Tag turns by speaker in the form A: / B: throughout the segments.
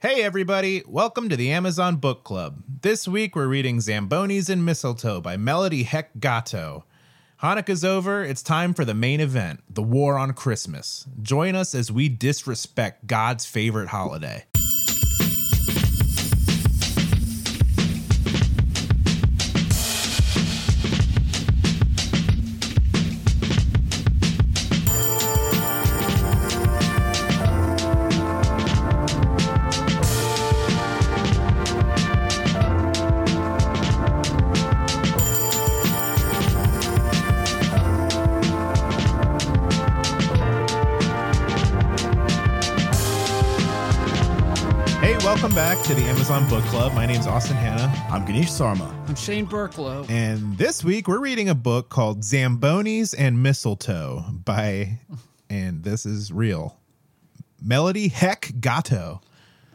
A: Hey, everybody, welcome to the Amazon Book Club. This week we're reading Zambonis and Mistletoe by Melody Heck Gatto. Hanukkah's over, it's time for the main event the war on Christmas. Join us as we disrespect God's favorite holiday. Hey, welcome back to the Amazon Book Club. My name's Austin Hanna,
B: I'm Ganesh Sarma.
C: I'm Shane Burklow.
A: and this week we're reading a book called Zambonis and Mistletoe by, and this is real, Melody Heck Gatto.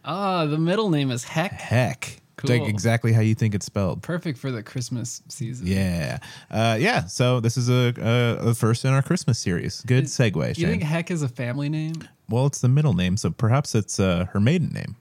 C: Ah, the middle name is Heck.
A: heck.
C: Cool.
A: Like exactly how you think it's spelled.
C: Perfect for the Christmas season.
A: Yeah. Uh, yeah. So this is a, a, a first in our Christmas series. Good segue,
C: You
A: Shane.
C: think Heck is a family name?
A: well, it's the middle name, so perhaps it's uh, her maiden name.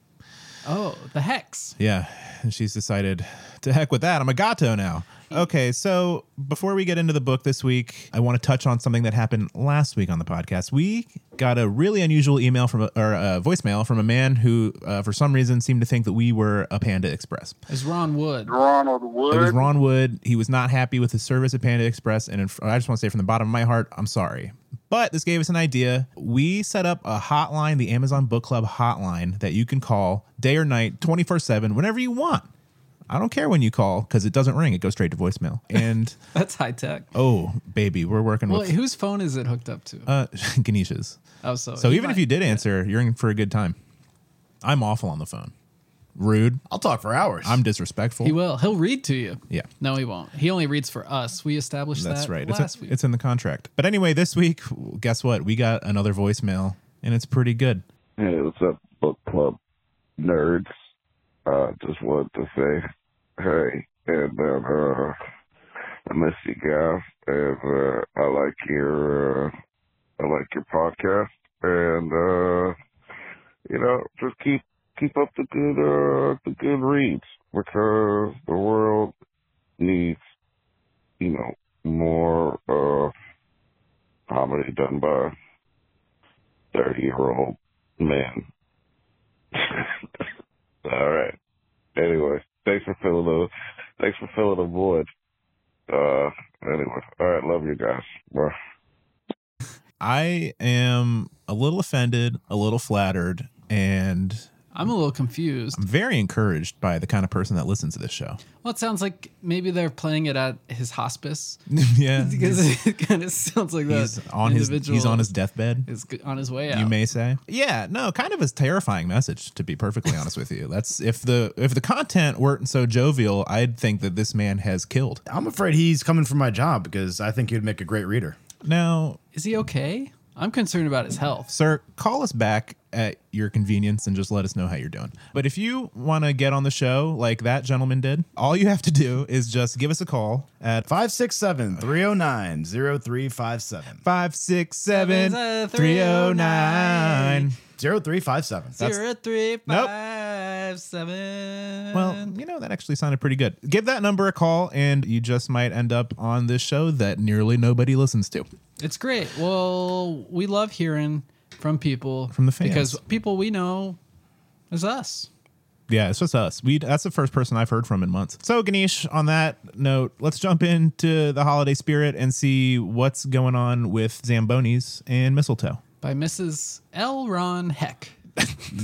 C: Oh, the Hex.
A: Yeah. And she's decided to heck with that. I'm a gato now. Okay. So before we get into the book this week, I want to touch on something that happened last week on the podcast. We got a really unusual email from, a, or a voicemail from a man who, uh, for some reason, seemed to think that we were a Panda Express.
C: Is Ron Wood.
D: Ronald Wood.
A: It was Ron Wood. He was not happy with his service at Panda Express. And in, I just want to say from the bottom of my heart, I'm sorry. But this gave us an idea. We set up a hotline, the Amazon Book Club hotline, that you can call day or night, 24 7, whenever you want. I don't care when you call because it doesn't ring. It goes straight to voicemail. And
C: That's high tech.
A: oh, baby, we're working
C: Well,
A: with
C: whose phone is it hooked up to?
A: uh, Ganesha's.
C: oh, so
A: So
C: he
A: even if
C: might-
A: you did answer, you're in for a good time. I'm awful on the phone. Rude.
B: I'll talk for hours.
A: I'm disrespectful.
C: he will, he'll read to you.
A: Yeah.
C: No, he won't. He only reads for us. We established
A: That's
C: that
A: right.
C: last
A: It's,
C: week.
A: it's in the contract. But anyway, this week, guess what? We got another voicemail, and it's pretty good.
D: Hey, what's up, book club nerds? Uh, just wanted to say hey, and um, uh, I miss you guys, and uh, I like your uh, I like your podcast, and uh, you know, just keep keep up the good uh, the good reads because the world needs you know more uh, comedy done by thirty year old Man. All right. Anyway, thanks for filling the thanks for filling the void. Uh anyway. All right, love you guys. Bye.
A: I am a little offended, a little flattered, and
C: I'm a little confused.
A: I'm very encouraged by the kind of person that listens to this show.
C: Well, it sounds like maybe they're playing it at his hospice
A: yeah,
C: because it kind of sounds like that.
A: he's on his
C: individual
A: he's on his deathbed.
C: is g- on his way out.
A: You may say, yeah, no, kind of a terrifying message. To be perfectly honest with you, that's if the if the content weren't so jovial, I'd think that this man has killed.
B: I'm afraid he's coming for my job because I think he'd make a great reader.
A: Now,
C: Is he okay? I'm concerned about his health.
A: sir, call us back at your convenience and just let us know how you're doing. But if you want to get on the show like that gentleman did, all you have to do is just give us a call at
B: 567 309 0357.
A: 567 309.
B: 0357. That's
C: Zero three
A: Nope.
C: five seven.
A: Well, you know, that actually sounded pretty good. Give that number a call, and you just might end up on this show that nearly nobody listens to.
C: it's great. Well, we love hearing from people
A: From the fans.
C: because people we know is us.
A: Yeah, it's just us. We that's the first person I've heard from in months. So Ganesh, on that note, let's jump into the holiday spirit and see what's going on with Zambonis and mistletoe.
C: By Mrs. L. Ron Heck.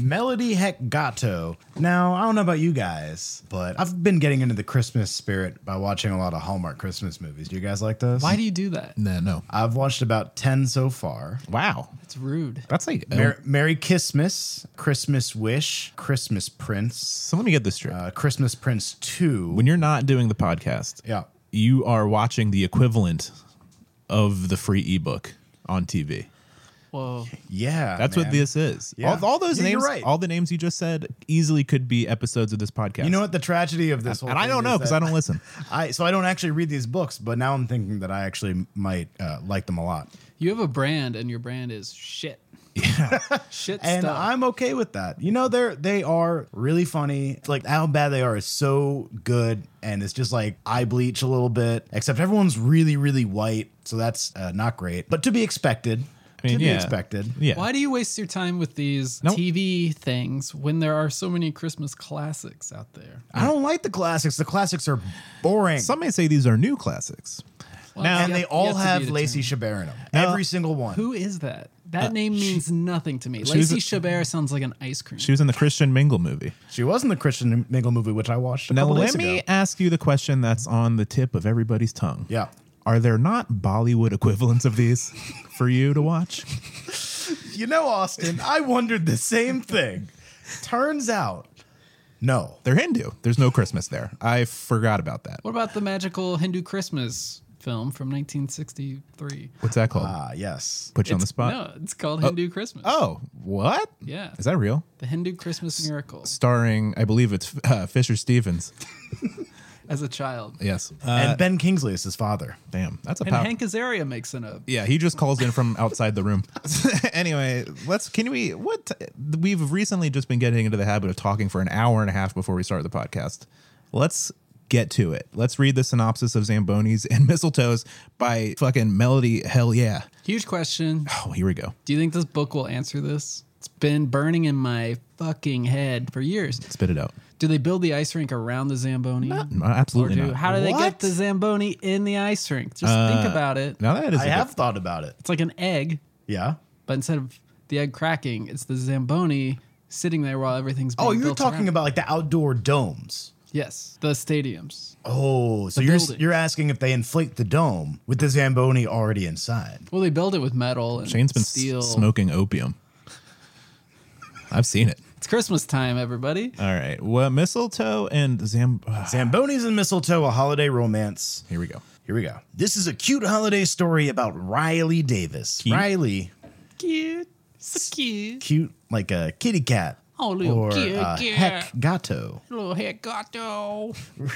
B: Melody Heck Gatto. Now, I don't know about you guys, but I've been getting into the Christmas spirit by watching a lot of Hallmark Christmas movies. Do you guys like those?
C: Why do you do that?
A: No, no.
B: I've watched about 10 so far.
A: Wow.
C: It's rude.
A: That's like
B: Mer- Merry Christmas, Christmas Wish, Christmas Prince,
A: so let me get this straight.
B: uh, Christmas Prince 2.
A: when you're not doing the podcast,
B: yeah.
A: you are watching the equivalent of the free ebook on TV.
C: Whoa.
B: Yeah,
A: That's what
B: man.
A: this is.
B: Yeah.
A: All, all those
B: Yeah, you're
A: names,
B: right.
A: all the names you just said, easily could be episodes of this podcast.
B: You know what the tragedy of this whole
A: and I
B: thing
A: don't
B: is
A: know because
B: that-
A: I don't listen.
B: I so I don't actually read these books, but now I'm thinking that I actually might uh, like them a lot,
C: You have a brand, and your brand is shit. Yeah. shit
B: and
C: stuff.
B: I'm okay with that. You know, they're they are really funny. It's Like how bad they are is so good, and it's just like eye bleach a little bit. Except everyone's really really white, so that's uh, not great, but to be expected.
A: I mean,
B: to
A: yeah.
B: be expected.
A: Yeah.
C: Why do you waste your time with these
A: Nope.
C: TV things when there are so many Christmas classics out there?
B: I don't like the classics. The classics are boring.
A: Some may say these are new classics.
C: Well,
A: Now-
B: and
C: yet-
B: they all
C: yet to be
B: have
C: determined.
B: Lacey Chabert in them. Every single one.
C: Who is that? That name means nothing to me.
A: she was
C: Lacey
A: Uh, a-
C: Chabert sounds like an ice cream.
A: She was in the Christian Mingle movie.
B: She was in the Christian Mingle movie, which I watched. A
A: Now
B: couple
A: let
B: days
A: me
B: Ago.
A: ask you the question that's on the tip of everybody's tongue.
B: Yeah.
A: Are there not Bollywood equivalents of these for you to watch?
B: You know, Austin, I wondered the same thing. Turns out, no.
A: They're Hindu. There's no Christmas there. I forgot about that.
C: what about the magical Hindu Christmas film from 1963?
A: What's that called?
B: Ah, yes.
A: Put you on the
C: It's-
A: spot.
C: No, it's called Hindu Christmas.
A: Oh, what?
C: Yeah.
A: Is that real?
C: The Hindu Christmas Miracle
A: Starring, I believe it's uh, Fisher Stevens.
C: as a child.
A: Yes.
C: Uh,
B: and Ben Kingsley is his father.
A: Damn, that's a
C: And
A: pow-
C: Hank Azaria makes it up.
A: Yeah, he just calls in from outside the room. anyway, let's. Can we? What? We've recently just been getting into the habit of talking for an hour and a half before we start the podcast. Let's get to it. Let's read the synopsis of Zambonis and Mistletoes by fucking Melody. Hell yeah!
C: Huge question.
A: Oh, here we go.
C: Do you think this book will answer this? It's been burning in my fucking head for years.
A: Spit it out.
C: Do they build the ice rink around the Zamboni?
A: No,
C: or
A: absolutely
C: do,
A: not. Uh,
C: how do they
B: What?
C: get the Zamboni in the ice rink? Just think about it.
A: now that is.
B: I
A: a
B: have
A: Good,
B: thought about it.
C: It's like an egg,
B: Yeah.
C: but instead of the egg cracking, it's the Zamboni sitting there while everything's being
B: Oh, you're
C: built
B: talking
C: around.
B: about like the outdoor domes.
C: Yes, the stadiums.
B: Oh, so you're
C: building.
B: you're asking if they inflate the dome with the Zamboni already inside.
C: Well, they build it with metal and
A: Shane's been s-
C: steel.
A: smoking opium. I've seen it.
C: It's Christmas time, everybody.
A: All right. Well, mistletoe and Zam. ah,
B: Zambonis and mistletoe, a holiday romance.
A: Here we go.
B: Here we go. This is a cute holiday story about Riley Davis.
A: Cute.
B: Riley,
C: Cute, so cute.
B: cute like a kitty cat
C: Oh, little
B: or
C: cute,
B: a
C: cute.
B: heck gato.
C: Little hair gato.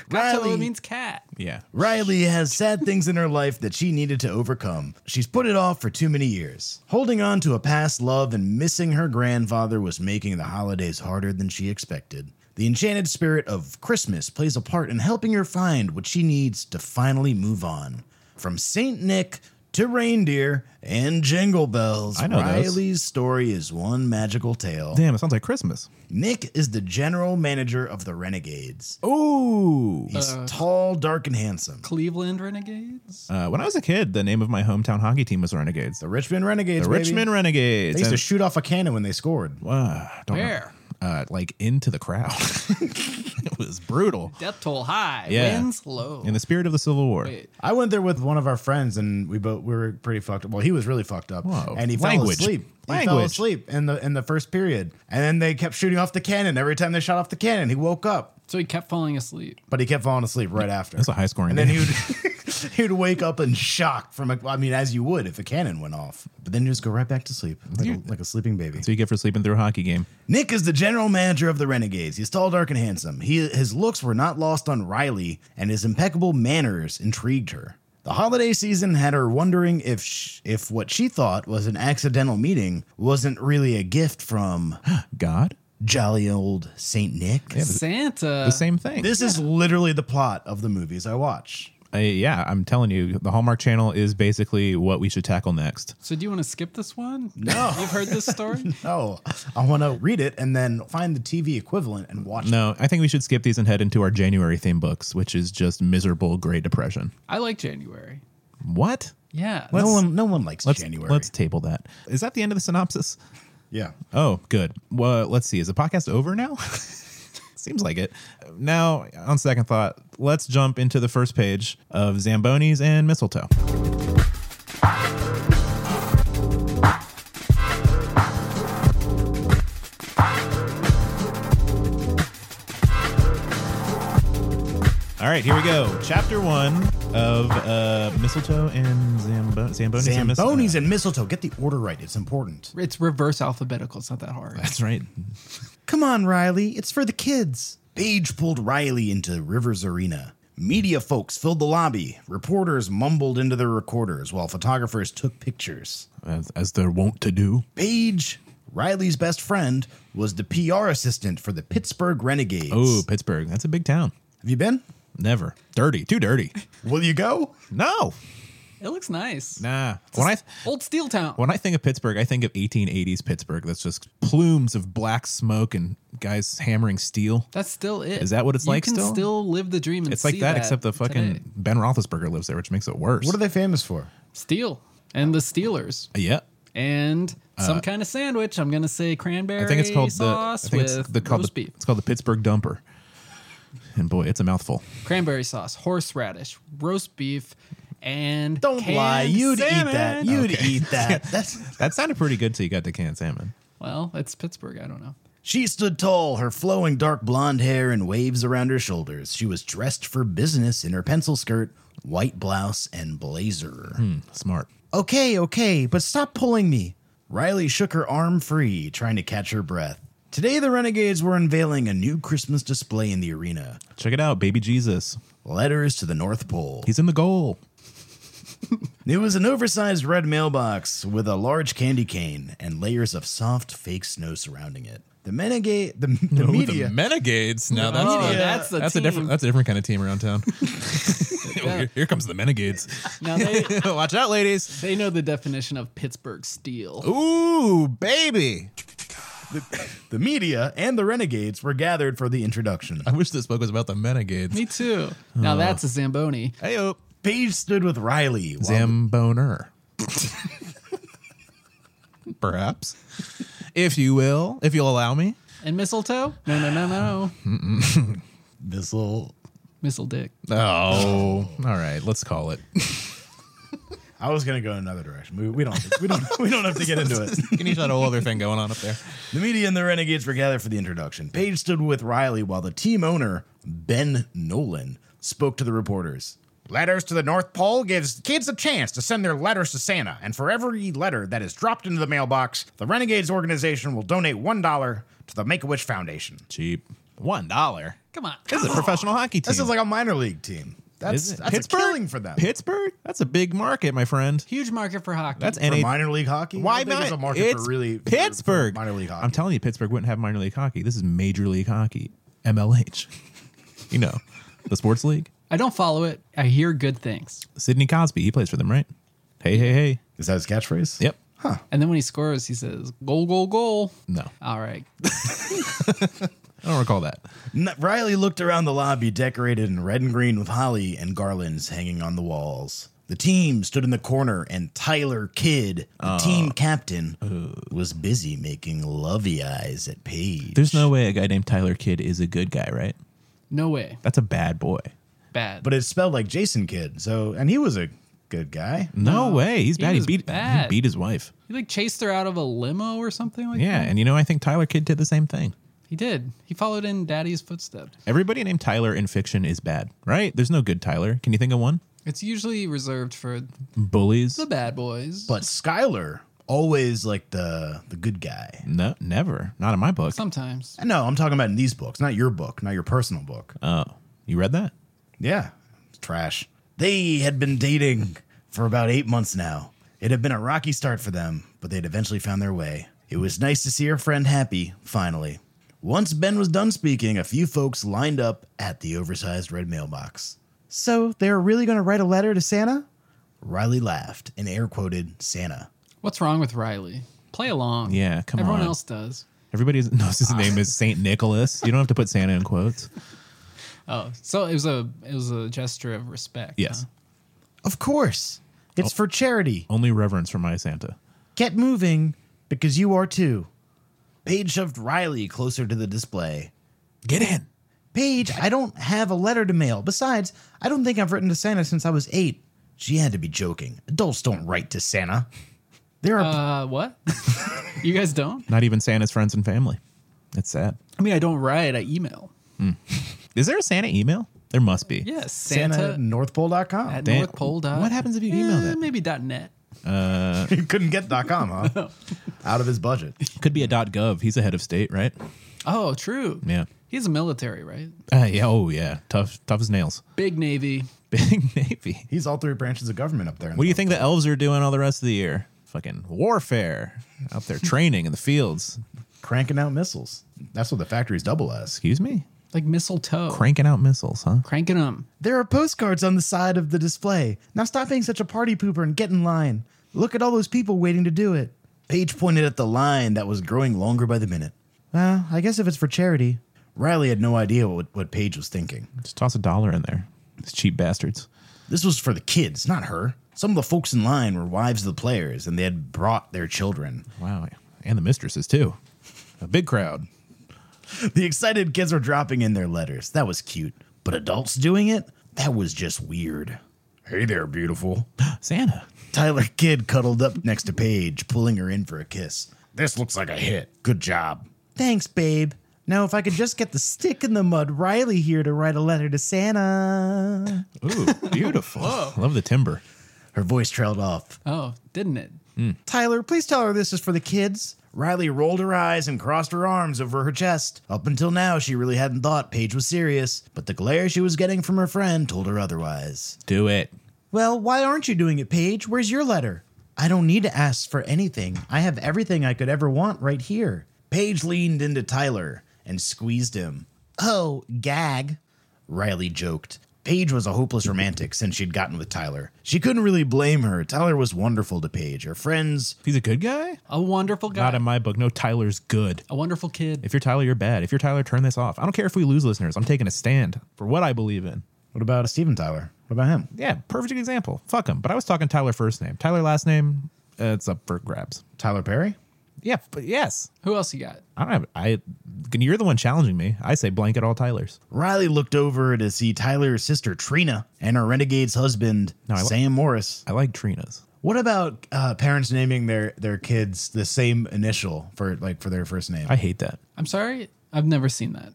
C: Gato
B: Riley.
C: means cat.
A: Yeah.
B: Riley has sad things in her life that she needed to overcome. She's put it off for too many years. Holding on to a past love and missing her grandfather was making the holidays harder than she expected. The enchanted spirit of Christmas plays a part in helping her find what she needs to finally move on. From St. Nick to reindeer and jingle bells,
A: I know those.
B: Riley's story is one magical tale.
A: Damn, it sounds like Christmas.
B: Nick is the general manager of the Renegades.
A: Ooh.
B: He's tall, dark, and handsome.
C: Cleveland Renegades.
A: Uh, when I was a kid, the name of my hometown hockey team was Renegades.
B: The Richmond Renegades.
A: The
B: baby.
A: Richmond Renegades.
B: They used to
A: And-
B: shoot off a cannon when they scored.
A: Ah, don't know.
C: Where?
A: Uh, like into the crowd. it was brutal.
C: Death toll high.
A: Yeah.
C: Winds low.
A: In the spirit of the Civil War.
C: Wait.
B: I went there with one of our friends, and we both we were pretty fucked up. Well, he was really fucked up,
A: Whoa.
B: and he
A: Language.
B: fell asleep. He fell
A: Language.
B: asleep in the in the first period, and then they kept shooting off the cannon. Every time they shot off the cannon, he woke up,
C: So he kept falling asleep.
B: but he kept falling asleep right after.
A: That's a high scoring
B: and then
A: game.
B: he would he would wake up in shock from a, I mean, as you would if a cannon went off, but then you just go right back to sleep like, a, like a sleeping baby.
A: So you get for sleeping through a hockey game.
B: Nick is the general manager of the Renegades. He's tall, dark, and handsome. He, his looks were not lost on Riley, and his impeccable manners intrigued her. The holiday season had her wondering if sh- if what she thought was an accidental meeting wasn't really a gift from
A: God?
B: jolly old Saint Nick.
C: Santa.
A: The same thing.
B: Uh, This is literally the plot of the movies I watch.
A: Uh, yeah, I'm telling you, the Hallmark Channel is basically what we should tackle next.
C: So do you want to skip this one? No. You've heard this story?
B: Oh, I want to read it and then find the TV equivalent and watch. it.
A: No, I think we should skip these and head into our January theme books, which is just miserable Great Depression.
C: I like January.
A: What?
C: Yeah.
B: no
C: that's-
B: one, no one likes
A: Let's,
B: January.
A: Let's table that. Is that the end of the synopsis?
B: yeah,
A: Oh, good. Well, let's see. Is the podcast over now? Seems like it. Now, on second thought, let's jump into the first page of Zambonis and Mistletoe. All right, here we go. Chapter one of uh, mistletoe and zambo- zambonis. and mistletoe.
B: Zambonis and mistletoe. Get the order right. It's important.
C: It's reverse alphabetical. It's not that hard.
A: That's right.
B: Come on, Riley. It's for the kids. Paige pulled Riley into Rivers Arena. Media folks filled the lobby. Reporters mumbled into their recorders while photographers took pictures.
A: As, as they're wont to do.
B: Paige, Riley's best friend, was the PR assistant for the Pittsburgh Renegades.
A: Oh, Pittsburgh. That's a big town.
B: Have you been?
A: Never. Dirty. Too dirty.
B: Will you go?
A: No.
C: It looks nice.
A: Nah. When I
C: Old Steel Town.
A: when I think of Pittsburgh, I think of 1880s Pittsburgh. That's just plumes of black smoke and guys hammering steel.
C: That's still it.
A: Is that what it's
C: you
A: like
C: can
A: still?
C: live the dream. And
A: It's like
C: see
A: that, except the fucking
C: today.
A: Ben Roethlisberger lives there, which makes it worse. Uh,
B: What are they famous for?
C: steel and the Steelers
A: Yeah.
C: and some kind of sandwich. I'm gonna say cranberry
A: Uh, I think it's called
C: sauce
A: the. I think
C: with
A: it's the, called
C: roast
A: the
C: beef,
A: it's called the Pittsburgh Dumper. And boy, it's a mouthful.
C: cranberry sauce, horseradish, roast beef, and
B: Don't
C: canned
B: lie. You'd
C: salmon.
B: eat that. You'd eat that. That's.
A: That sounded pretty good till you got the canned salmon.
C: Well, it's Pittsburgh. I don't know.
B: She stood tall, her flowing dark blonde hair and waves around her shoulders. She was dressed for business in her pencil skirt, white blouse, and blazer.
A: Hmm. Smart.
B: Okay, okay, but stop pulling me. Riley shook her arm free, trying to catch her breath. Today, the Renegades were unveiling a new Christmas display in the arena
A: Check it out, baby Jesus.
B: Letters to the North Pole.
A: He's in the goal.
B: It was an oversized red mailbox with a large candy cane and layers of soft, fake snow surrounding it. The Renegade, the, the media.
A: The Menegades. Now that's
C: Oh,
A: the-
C: that's the
A: that's a
C: team.
A: different that's a different kind of team around town. Here- Here comes the Menegades.
C: Now they
A: Watch out, ladies.
C: they know the definition of Pittsburgh steel.
A: Oh. Ooh, baby.
B: The media and the renegades were gathered for the introduction.
A: I wish this book was about the Menegades.
C: Me too.
A: Uh.
C: Now that's a Zamboni.
A: Hey, oh.
B: Paige stood with Riley. while-
A: Zamboner. Perhaps. If you will, if you'll allow me.
C: And mistletoe? No, no, no, no.
B: This little.
C: Missile dick.
A: Oh, all right. Let's call it.
B: I was gonna go in another direction. We, we don't. We don't. we don't have to get into it.
A: Can you shut a whole other thing going on up there?
B: The media and the renegades were gathered for the introduction. Paige stood with Riley while the team owner Ben Nolan spoke to the reporters.
E: Letters to the North Pole gives kids a chance to send their letters to Santa, and for every letter that is dropped into the mailbox, the Renegades organization will donate $1 to the Make a Wish Foundation.
A: Cheap. One dollar.
C: Come on.
A: This is a professional hockey team.
B: This is like a minor league team. That's,
A: Is it?
B: that's a killing for them.
A: Pittsburgh? That's a big market, my friend.
C: Huge market for hockey.
A: That's
B: for
A: NH
B: minor league hockey. I
A: Why
B: don't think
A: not?
B: It's a market
A: It's
B: for really for- for
A: Pittsburgh.
B: minor league hockey.
A: I'm telling you, Pittsburgh wouldn't have minor league hockey. This is major league hockey, MLH. you know, the sports league.
C: I don't follow it. I hear good things.
A: Sidney Cosby, he plays for them, right? Hey, hey, hey.
B: is that his catchphrase?
A: Yep.
C: And then when he scores, he says, goal, goal, goal.
A: No,
C: All right.
A: I don't recall that.
B: N- Riley looked around the lobby decorated in red and green with holly and garlands hanging on the walls. The team stood in the corner, and Tyler Kidd, the
A: Oh.
B: team captain, was busy making lovey eyes at Paige.
A: There's no way a guy named Tyler Kidd is a good guy, right?
C: No way.
A: That's a bad boy.
C: Bad.
B: but it's spelled like Jason Kidd. So, and he was a good guy.
A: No way. He's bad. He,
C: was
A: beat
C: bad.
A: he beat his wife.
C: he like chased her out of a limo or something like
A: Yeah,
C: that.
A: and you know I think Tyler Kidd did the same thing.
C: He did. He followed in daddy's footsteps.
A: Everybody named Tyler in fiction is bad, right? There's no good Tyler. Can you think of one?
C: It's usually reserved for
A: Bullies?
C: the bad boys.
B: But Skyler, always like the the good guy.
A: No, never. Not in my book.
C: Sometimes.
B: No, I'm talking about in these books, not your book, not your personal book.
A: Oh, you read that?
B: Yeah, it's trash. They had been dating for about eight months now. It had been a rocky start for them, but they'd eventually found their way. It was nice to see her friend happy, finally. Once Ben was done speaking, a few folks lined up at the oversized red mailbox. So they're really going to write a letter to Santa? Riley laughed and air quoted Santa.
C: What's wrong with Riley? Play along.
A: Yeah, come
C: Everyone
A: on.
C: else does.
A: Everybody knows his name is Saint Nicholas. You don't have to put Santa in quotes.
C: Oh, so it was a it was a gesture of respect.
A: Yes.
C: huh?
B: Of course. It's for charity.
A: Only reverence for my Santa.
B: Get moving, because you are too. Paige shoved Riley closer to the display
A: Get in.
B: Paige, I don't have a letter to mail. Besides, I don't think I've written to Santa since I was eight. She had to be joking. Adults don't write to Santa. There are.
C: Uh, what? you guys don't?
A: Not even Santa's friends and family. It's sad.
C: I mean, I don't write. I email.
A: Is there a Santa email? There must be.
C: Yes, Santa,
B: Santa at northpole.com.
C: at
A: Dan-
C: northpole. dot-
A: What happens if you email
C: Eh,
A: that?
C: Maybe dot net.
B: He couldn't get .com, huh? Out of his budget.
A: Could be a .gov. He's a head of state, right?
C: Oh, true.
A: Yeah.
C: He's a military, right?
A: Uh, yeah. Oh, yeah. Tough, tough as nails.
C: Big Navy.
A: Big Navy.
B: He's all three branches of government up there.
A: What do you think the elves are doing all the rest of the year? Fucking warfare out there training in the fields.
B: Cranking out missiles. That's what the factories double as.
A: Excuse me?
C: Like mistletoe.
A: Cranking out missiles, huh?
C: Cranking them.
B: There are postcards on the side of the display. Now stop being such a party pooper and get in line. Look at all those people waiting to do it. Paige pointed at the line that was growing longer by the minute. Well, I guess if it's for charity. Riley had no idea what, what Paige was thinking.
A: Just toss a dollar in there. These cheap bastards.
B: This was for the kids, not her. Some of the folks in line were wives of the players, and they had brought their children.
A: Wow. And the mistresses, too. A big crowd.
B: The excited kids were dropping in their letters. That was cute. But adults doing it? That was just weird. Hey there, beautiful.
A: Santa.
B: Tyler Kidd cuddled up next to Paige, pulling her in for a kiss.
E: This looks like a hit. Good job.
B: Thanks, babe. Now, if I could just get the stick in the mud Riley here to write a letter to Santa.
A: Ooh, beautiful. Love the timber.
B: Her voice trailed off.
C: Oh, didn't it?
B: Tyler, please tell her this is for the kids. Riley rolled her eyes and crossed her arms over her chest. Up until now, she really hadn't thought Paige was serious, but the glare she was getting from her friend told her otherwise.
A: Do it.
B: Well, why aren't you doing it, Paige? Where's your letter? I don't need to ask for anything. I have everything I could ever want right here. Paige leaned into Tyler and squeezed him. Oh, gag. Riley joked. Paige was a hopeless romantic since she'd gotten with Tyler. She couldn't really blame her. Tyler was wonderful to Paige. Her friends,
A: He's a good guy?
C: A wonderful guy.
A: Not in my book. No, Tyler's good.
C: a wonderful kid.
A: If you're Tyler, you're bad. If you're Tyler, turn this off. I don't care if we lose listeners. I'm taking a stand for what I believe in.
B: What about Steven Tyler? What about him?
A: Yeah, perfect example. Fuck him. But I was talking Tyler first name. Tyler last name, uh, it's up for grabs.
B: Tyler Perry?
A: Yeah, but yes.
C: Who else you got?
A: I don't have, I, you're the one challenging me. I say blanket all Tylers.
B: Riley looked over to see Tyler's sister Trina and her renegade's husband,
A: I li-
B: Sam Morris.
A: I like Trina's.
B: What about uh, parents naming their their kids the same initial for like for their first name?
A: I hate that.
C: I'm sorry. I've never seen that.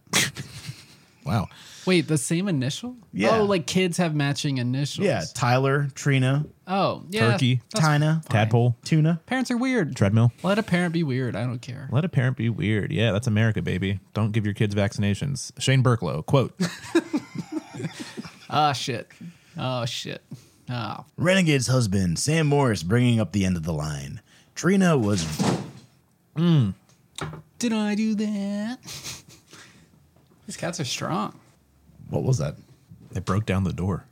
B: wow.
C: Wait, the same initial?
B: Yeah.
C: Oh, like kids have matching initials.
B: Yeah, Tyler, Trina,
C: Oh, yeah.
A: Turkey.
C: That's-
B: Tina,
A: Tadpole,
B: Tuna.
C: Parents are weird.
A: treadmill.
C: Let a parent be weird. I don't care.
A: Let a parent be weird. Yeah, that's America, baby. Don't give your kids vaccinations. Shane Burklow, quote.
C: Ah, shit. Oh, shit. Oh,
B: Renegade's husband, Sam Morris, bringing up the end of the line. Trina was
C: did I do that? These cats are strong.
B: what was that?
A: they broke down the door.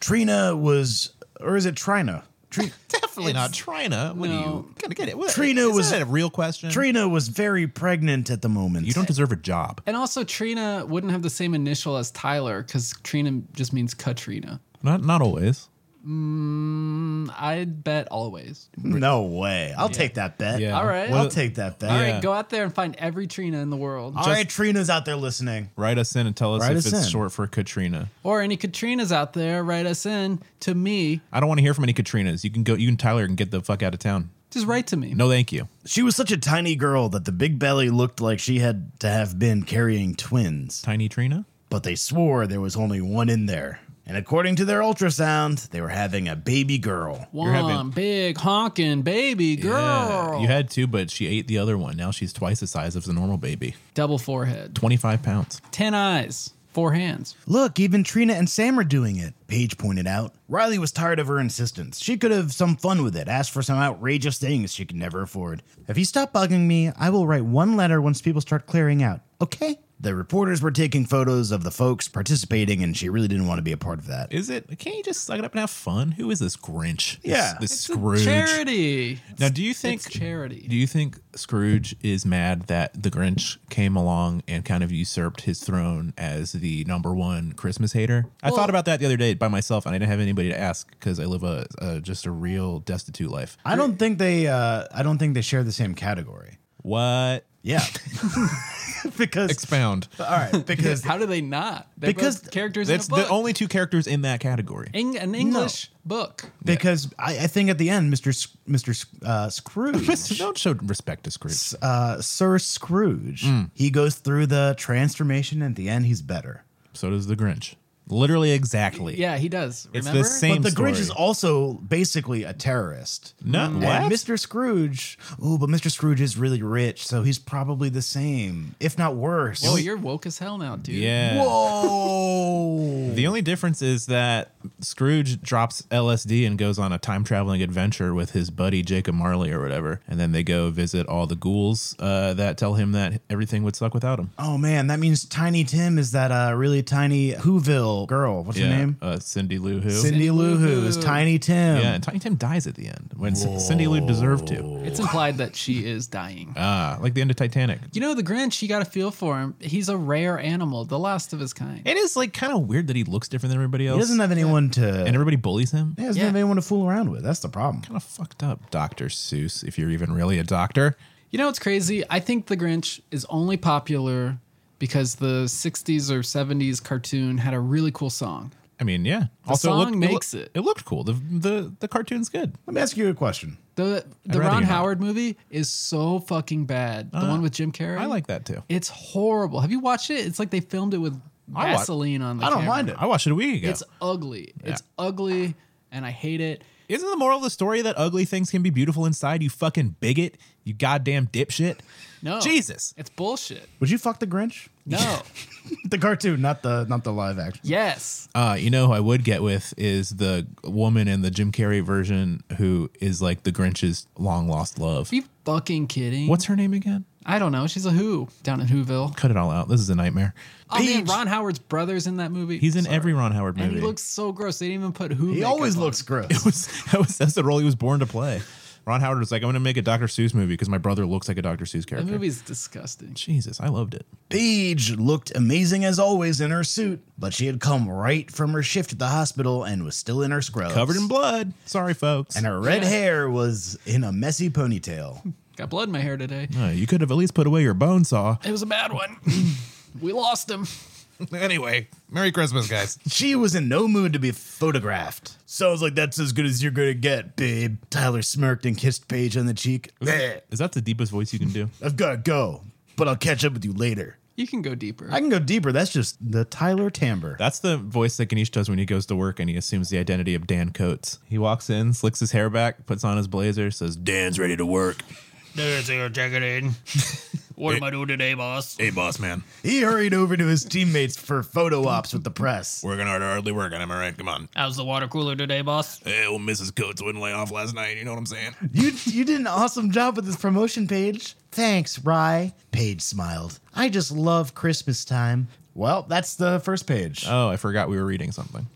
B: Trina was, or is it Trina? Tri-
A: Definitely not Trina. What
C: do you-
A: gonna get it? What,
B: Trina was-
A: that a real question.
B: Trina was very pregnant at the moment.
A: You don't deserve a job.
C: And also, Trina wouldn't have the same initial as Tyler because Trina just means Katrina.
A: Not not always.
C: I'd bet always.
B: No way. I'll take that bet.
A: Yeah.
C: All right.
B: I'll take that bet.
C: All
A: Yeah.
C: right, go out there and find every Trina in the world.
B: All right, Trina's out there listening.
A: Write us in and tell us
B: Write
A: if
B: us
A: it's
B: in.
A: short for Katrina.
C: Or any Katrinas out there, write us in to me.
A: I don't want to hear from any Katrinas. You can go. You and Tyler can get the fuck out of town.
C: Just write to me.
A: No, thank you.
B: She was such a tiny girl that the big belly looked like she had to have been carrying twins,
A: Tiny Trina.
B: but they swore there was only one in there. And according to their ultrasound, they were having a baby girl.
C: One
A: having-
C: big honking baby girl.
A: Yeah. You had two, but she ate the other one. Now she's twice the size of the normal baby.
C: Double forehead.
A: Twenty five pounds.
C: Ten eyes. Four hands.
B: Look, even Trina and Sam are doing it, Paige pointed out. Riley was tired of her insistence. She could have some fun with it, asked for some outrageous things she could never afford. If you stop bugging me, I will write one letter once people start clearing out, okay? The reporters were taking photos of the folks participating, and she really didn't want to be a part of that.
A: Is it? Can't you just suck it up and have fun? Who is this Grinch? This-
B: Yeah.
A: this,
C: It's a
A: Scrooge.
C: charity.
A: Now, do you think
C: It's charity.
A: Do you think Scrooge is mad that the Grinch came along and kind of usurped his throne as the number one Christmas hater? I thought about that the other day by myself, and I didn't have anybody to ask because I live a, a just a real destitute life.
B: I don't think they. Uh, I don't think they share the same category.
A: What?
B: Yeah, because
A: Expound.
B: all right, because
C: How do they not? They're
B: Because
C: both characters
A: That's
C: in a book.
A: the only two characters in that category.
C: Eng- an English book.
B: because I, I think at the end, Mister S- Mister S- uh, Scrooge,
A: Don't show respect to Scrooge.
B: uh, Sir
A: Mm.
B: Scrooge, he goes through the transformation. and At the end, he's better.
A: So does the Grinch. Literally exactly.
C: Yeah, he does.
A: It's the
C: Remember?
A: same
B: But the
A: story.
B: Grinch is also basically a terrorist.
A: No,
C: Mm.
B: And
A: what?
B: Mr. Scrooge. Oh, but Mr. Scrooge is really rich, so he's probably the same, if not worse.
C: Oh, you're woke as hell now, dude.
A: Yeah.
B: Whoa.
A: The only difference is that Scrooge drops LSD and goes on a time traveling adventure with his buddy Jacob Marley or whatever, and then they go visit all the ghouls uh, that tell him that everything would suck without him.
B: oh man, that means Tiny Tim is that uh, really tiny Whoville girl. What's her name?
A: Uh, Cindy Lou Who.
B: Cindy Lou Who is
C: Who.
B: Tiny Tim.
A: yeah, and Tiny Tim dies at the end when C- Cindy Lou deserved to.
C: It's implied that she is dying.
A: Ah, like the end of Titanic.
C: You know, the Grinch, you got to feel for him. He's a rare animal, the last of his kind.
A: It is like kind of weird that he looks different than everybody else.
B: He doesn't have anyone to.
A: and everybody bullies him.
B: he doesn't
C: Yeah.
B: have anyone to fool around with. That's the problem.
A: Kind of fucked up, Dr. Seuss, if you're even really a doctor.
C: You know what's crazy? I think The Grinch is only popular because the 60s or 70s cartoon had a really cool song.
A: I mean, yeah.
C: song
A: looked-
C: makes it.
A: It looked cool. The the the cartoon's good.
B: Let me ask you a question.
C: The the
A: rather
C: Ron
A: you not.
C: Howard movie is so fucking bad. The one with Jim Carrey.
A: Uh, I like that too.
C: It's horrible. Have you watched it? It's like they filmed it with
A: I wa-
C: Vaseline on the
B: I don't
C: camera.
B: mind it.
A: I watched it a week ago.
C: It's ugly. It's ugly and I hate it.
A: Isn't the moral of the story that ugly things can be beautiful inside? You fucking bigot. You goddamn dipshit.
C: No.
A: Jesus.
C: It's bullshit.
B: Would you fuck the Grinch?
C: No.
B: The cartoon, not the not the live action.
C: yes.
A: Uh, you know who I would get with is the woman in the Jim Carrey version who is like the Grinch's long lost love.
C: Are you fucking kidding?
A: What's her name again?
C: I don't know. She's a who down in Whoville.
A: Cut it all out. This is a nightmare.
C: Oh man,
B: Peach.
C: Ron Howard's brother's in that movie.
A: He's in
C: Sorry.
A: every Ron Howard movie.
C: And he looks so gross. They didn't even put who.
B: He
C: makeup
B: always
C: on
B: looks
C: him.
B: gross.
A: It was, that was- that's the role he was born to play. Ron Howard was like, I'm going to make a Dr. Seuss movie because my brother looks like a Dr. Seuss
C: That
A: character.
C: movie's disgusting.
A: Jesus, I loved it.
B: Paige looked amazing as always in her suit, but she had come right from her shift at the hospital and was still in her scrubs.
A: Covered in blood. Sorry, folks.
B: And her red
C: Yeah.
B: hair was in a messy ponytail.
C: Got blood in my hair today.
A: Uh, you could have at least put away your bone saw.
C: It was a bad one. we lost him.
A: anyway, Merry Christmas, guys.
B: She was in no mood to be photographed. Sounds like that's as good as you're gonna get, babe. Tyler smirked and kissed Paige on the cheek. "Bleh,
A: Is that the deepest voice you can do?
B: I've gotta go, but I'll catch up with you later.
C: You can go deeper.
B: I can go deeper. That's just the Tyler timbre.
A: That's the voice that Ganesh does when he goes to work and he assumes the identity of Dan Coates. He walks in, slicks his hair back, puts on his blazer, says, Dan's ready to work.
C: what am I doing today, boss?
A: Hey, boss man,
B: He hurried over to his teammates for photo ops with the press.
A: working hard, hardly working. Am I right? Come on.
C: How's the water cooler today, boss?
A: Hey, well, Mrs. Coates wouldn't lay off last night. You know what I'm saying?
B: You you did an awesome job with this promotion, Paige. Thanks, Rye. Paige smiled. I just love Christmas time. Well, that's the first page.
A: Oh, I forgot we were reading something.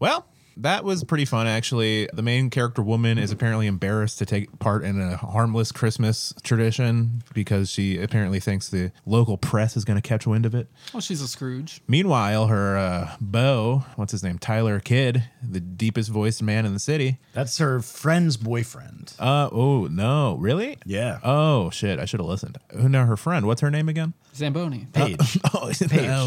A: Well, that was pretty fun, actually. The main character woman is apparently embarrassed to take part in a harmless Christmas tradition because she apparently thinks the local press is going to catch wind of it.
C: Oh, she's a Scrooge.
A: Meanwhile, her uh, beau, what's his name, Tyler Kidd, the deepest voiced man in the city.
B: that's her friend's boyfriend.
A: Uh oh, no, really?
B: yeah.
A: Oh shit, I should have listened. Who now her friend? What's her name again?
C: Zamboni.
B: Paige.
A: Oh, no.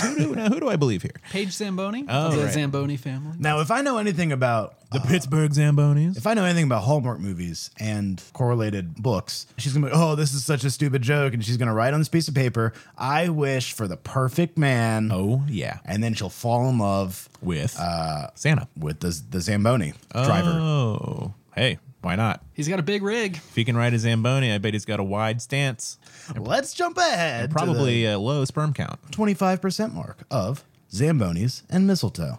A: who, do, now, who do I believe here?
C: Paige Zamboni.
A: Oh,
C: the
A: right.
C: Zamboni family.
B: now, if I know anything about
A: The Pittsburgh Zambonis.
B: Uh, if I know anything about Hallmark movies and correlated books, she's gonna be, oh, this is such a stupid joke, and she's gonna write on this piece of paper, I wish for the perfect man,
A: Oh yeah,
B: and then she'll fall in love
A: with uh, Santa
B: with the the Zamboni driver.
A: Oh, hey, why not?
C: He's got a big rig.
A: If he can ride a Zamboni, I bet he's got a wide stance,
B: Let's jump ahead. to the-
A: probably a low sperm count.
B: 25% mark of Zambonis and mistletoe.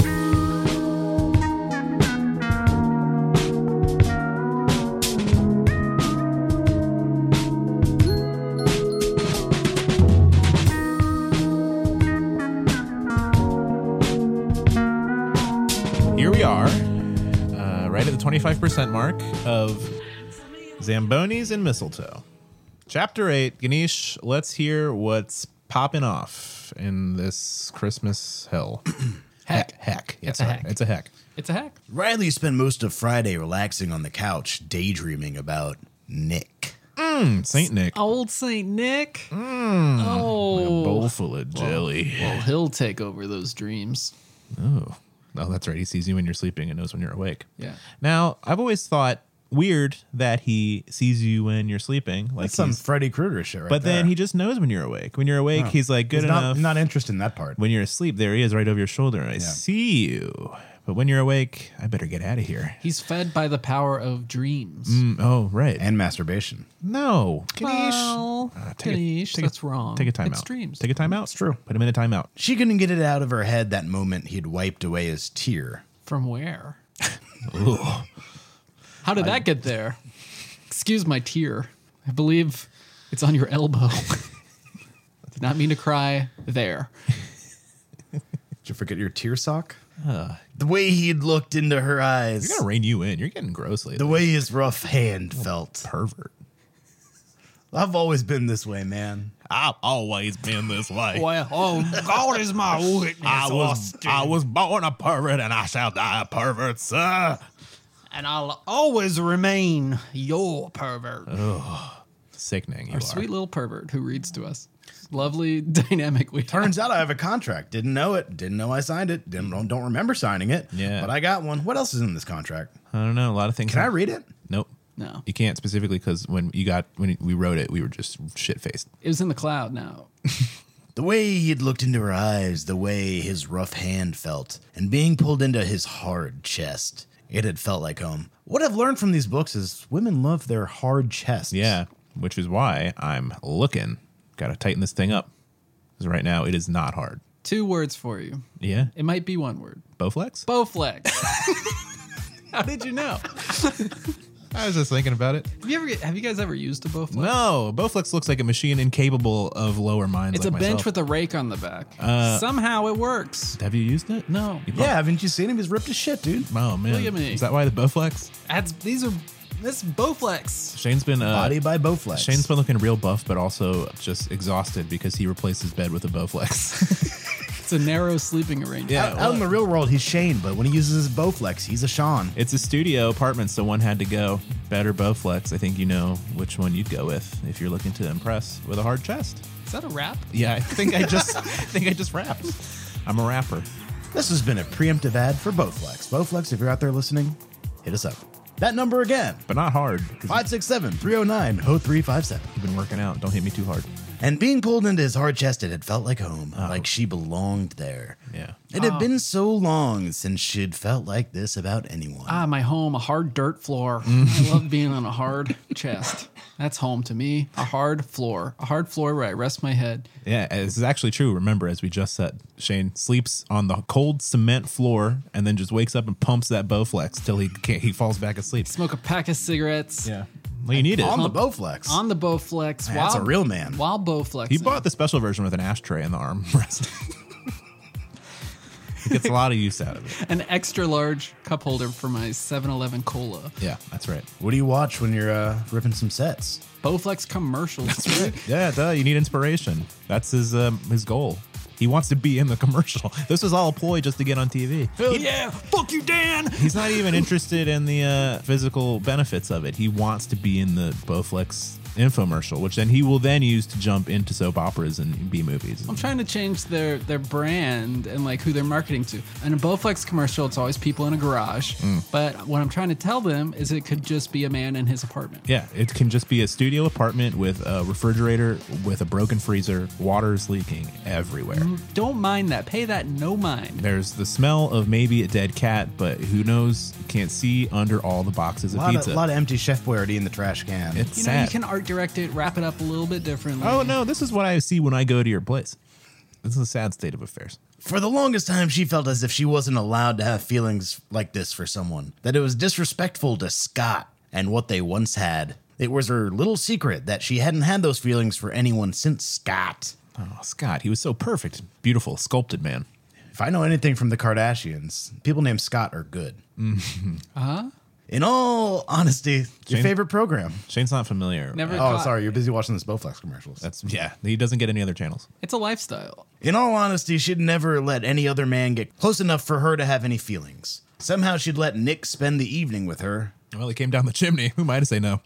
A: Here we are, uh, right at the 25% mark of Zambonis and Mistletoe. Chapter 8. Ganesh, let's hear what's popping off in this Christmas hell.
C: Heck.
A: Heck. Yeah,
C: It's a
A: sorry.
C: heck.
A: It's a heck.
C: It's a hack.
B: Riley spent most of Friday relaxing on the couch, daydreaming about Nick.
A: St. Hmm, Nick.
C: Old Saint Nick.
B: Hmm.
C: Oh.
A: Bowl full of jelly.
C: Well, he'll take over those dreams.
A: Oh, that's right. He sees you when you're sleeping and knows when you're awake.
C: Yeah.
A: Now, I've always thought weird that he sees you when you're sleeping. Like
B: That's some
A: he's-
B: Freddy Krueger shit right
A: but
B: there.
A: then he just knows when you're awake. When you're awake, he's like, good
B: He's
A: enough.
B: Not, not interested in that part.
A: when you're asleep, there he is right over your shoulder. I see you. But when you're awake, I better get out of here.
C: He's fed by the power of dreams.
A: Mm, oh, right.
B: And masturbation.
A: no. Ah,
C: Well,
A: Uh, take a-
C: Ganesh,
A: take a-
C: that's wrong.
A: Take a timeout.
C: It's dreams.
A: Take a timeout. It's
B: true.
A: Put him in a timeout.
B: She couldn't get it out of her head that moment he'd wiped away his tear.
C: From where? How did that get there? Excuse my tear. I believe it's on your elbow. did not mean to cry there.
B: Did you forget your tear sock? the way he'd looked into her eyes.
A: We're gonna rein you in. You're getting grossly
B: the way his rough hand felt.
A: pervert.
B: I've always been this way, man.
A: I've always been this way.
C: Well, oh, God is my witness.
A: I was I was born a pervert and I shall die a pervert, sir.
C: and I'll always remain your pervert.
A: Sickening. You
C: Our
A: are.
C: sweet little pervert who reads to us. Lovely dynamic we have.
B: Turns out I have a contract. Didn't know it. Didn't know I signed it. Didn't don't, don't remember signing it.
A: Yeah.
B: But I got one. What else is in this contract?
A: I don't know. A lot of things.
B: Can I read it?
A: Nope.
C: No,
A: You can't specifically because when you got when we wrote it, we were just shit faced.
C: it was in the cloud now.
B: The way he'd looked into her eyes, the way his rough hand felt, and being pulled into his hard chest. It had felt like home. What I've learned from these books is women love their hard chests.
A: Yeah, which is why I'm looking. Got to tighten this thing up because right now it is not hard.
C: Two words for you.
A: Yeah,
C: It might be one word.
A: Bowflex.
C: Bowflex. How did you know?
A: I was just thinking about it.
C: Have you ever? Have you guys ever used a Bowflex?
A: No, Bowflex looks like a machine incapable of lower minds.
C: It's a
A: like
C: bench
A: myself.
C: with a rake on the back.
B: Uh,
C: Somehow it works.
A: Have you used it?
C: No.
A: You
B: Yeah, haven't you seen him? He's ripped as shit, dude.
A: prob- Oh man,
C: Look at me.
A: is that why the Bowflex?
C: That's, these are this is Bowflex.
A: Shane's been uh,
B: Body by Bowflex.
A: Shane's been looking real buff, but also just exhausted because he replaced his bed with a Bowflex.
C: It's a narrow sleeping arrangement.
A: yeah,
B: out in the real world, he's Shane, but when he uses his Bowflex, he's a Sean.
A: It's a studio apartment, so one had to go. Better Bowflex. I think you know which one you'd go with if you're looking to impress with a hard chest.
C: Is that a wrap?
A: Yeah, I think I just I think I just rapped. I'm a rapper.
B: This has been a preemptive ad for Bowflex. Bowflex, if you're out there listening, hit us up. That number again,
A: But not hard. 'cause
B: 567 309 0357.
A: I've been working out. Don't hit me too hard.
B: And being pulled into his hard chest, it had felt like home, like she belonged there.
A: Yeah.
B: It had been so long since she'd felt like this about anyone.
C: Ah, my home, a hard dirt floor.
B: Mm-hmm.
C: I love being on a hard chest. That's home to me. A hard floor. A hard floor where I rest my head.
A: Yeah, this is actually true. Remember, as we just said, Shane sleeps on the cold cement floor and then just wakes up and pumps that Bowflex till he can't, he falls back asleep.
C: Smoke a pack of cigarettes.
A: Well, you need it.
B: on the Bowflex.
C: On the Bowflex.
B: That's
C: while-
B: a real man.
C: While Bowflex.
A: He bought the special version with an ashtray in the armrest. he gets a lot of use out of it.
C: an extra large cup holder for my 7 Eleven cola.
A: Yeah, that's right.
B: what do you watch when you're uh, ripping some sets?
C: Bowflex commercials.
A: Yeah, duh, you need inspiration. That's his um, his goal. He wants to be in the commercial. This is all a ploy just to get on TV.
C: Hell yeah. Fuck you, Dan.
A: He's not even interested in the uh, physical benefits of it. He wants to be in the Bowflex infomercial, which then he will then use to jump into soap operas and B movies.
C: I'm trying to change their their brand and like who they're marketing to. In a Bowflex commercial, it's always people in a garage.
B: Mm.
C: But what I'm trying to tell them is it could just be a man in his apartment.
A: Yeah, it can just be a studio apartment with a refrigerator with a broken freezer. Water is leaking everywhere.
C: Don't mind that. Pay that no mind.
A: There's the smell of maybe a dead cat, but who knows? You can't see under all the boxes
B: A
A: of
B: lot, of,
A: pizza.
B: lot of empty Chef Boyardee in the trash can.
A: it's
C: You know,
A: sad.
C: you can art direct it, wrap it up a little bit differently.
A: Oh no, this is what I see when I go to your place. This is a sad state of affairs.
B: For the longest time, she felt as if she wasn't allowed to have feelings like this for someone, that it was disrespectful to Scott and what they once had. It was her little secret that she hadn't had those feelings for anyone since Scott.
A: Oh, Scott, he was so perfect, beautiful, sculpted man.
B: If I know anything from the Kardashians, people named Scott are good. Uh-huh. In all honesty, your
A: Shane-
B: favorite program.
A: Shane's not familiar.
C: Never
A: Uh,
B: Oh,
C: caught-
B: sorry, you're busy watching this Bowflex commercials.
A: that's yeah. He doesn't get any other channels.
C: It's a lifestyle.
B: In all honesty, she'd never let any other man get close enough for her to have any feelings. Somehow she'd let Nick spend the evening with her,
A: Well, he came down the chimney. Who am I to say no?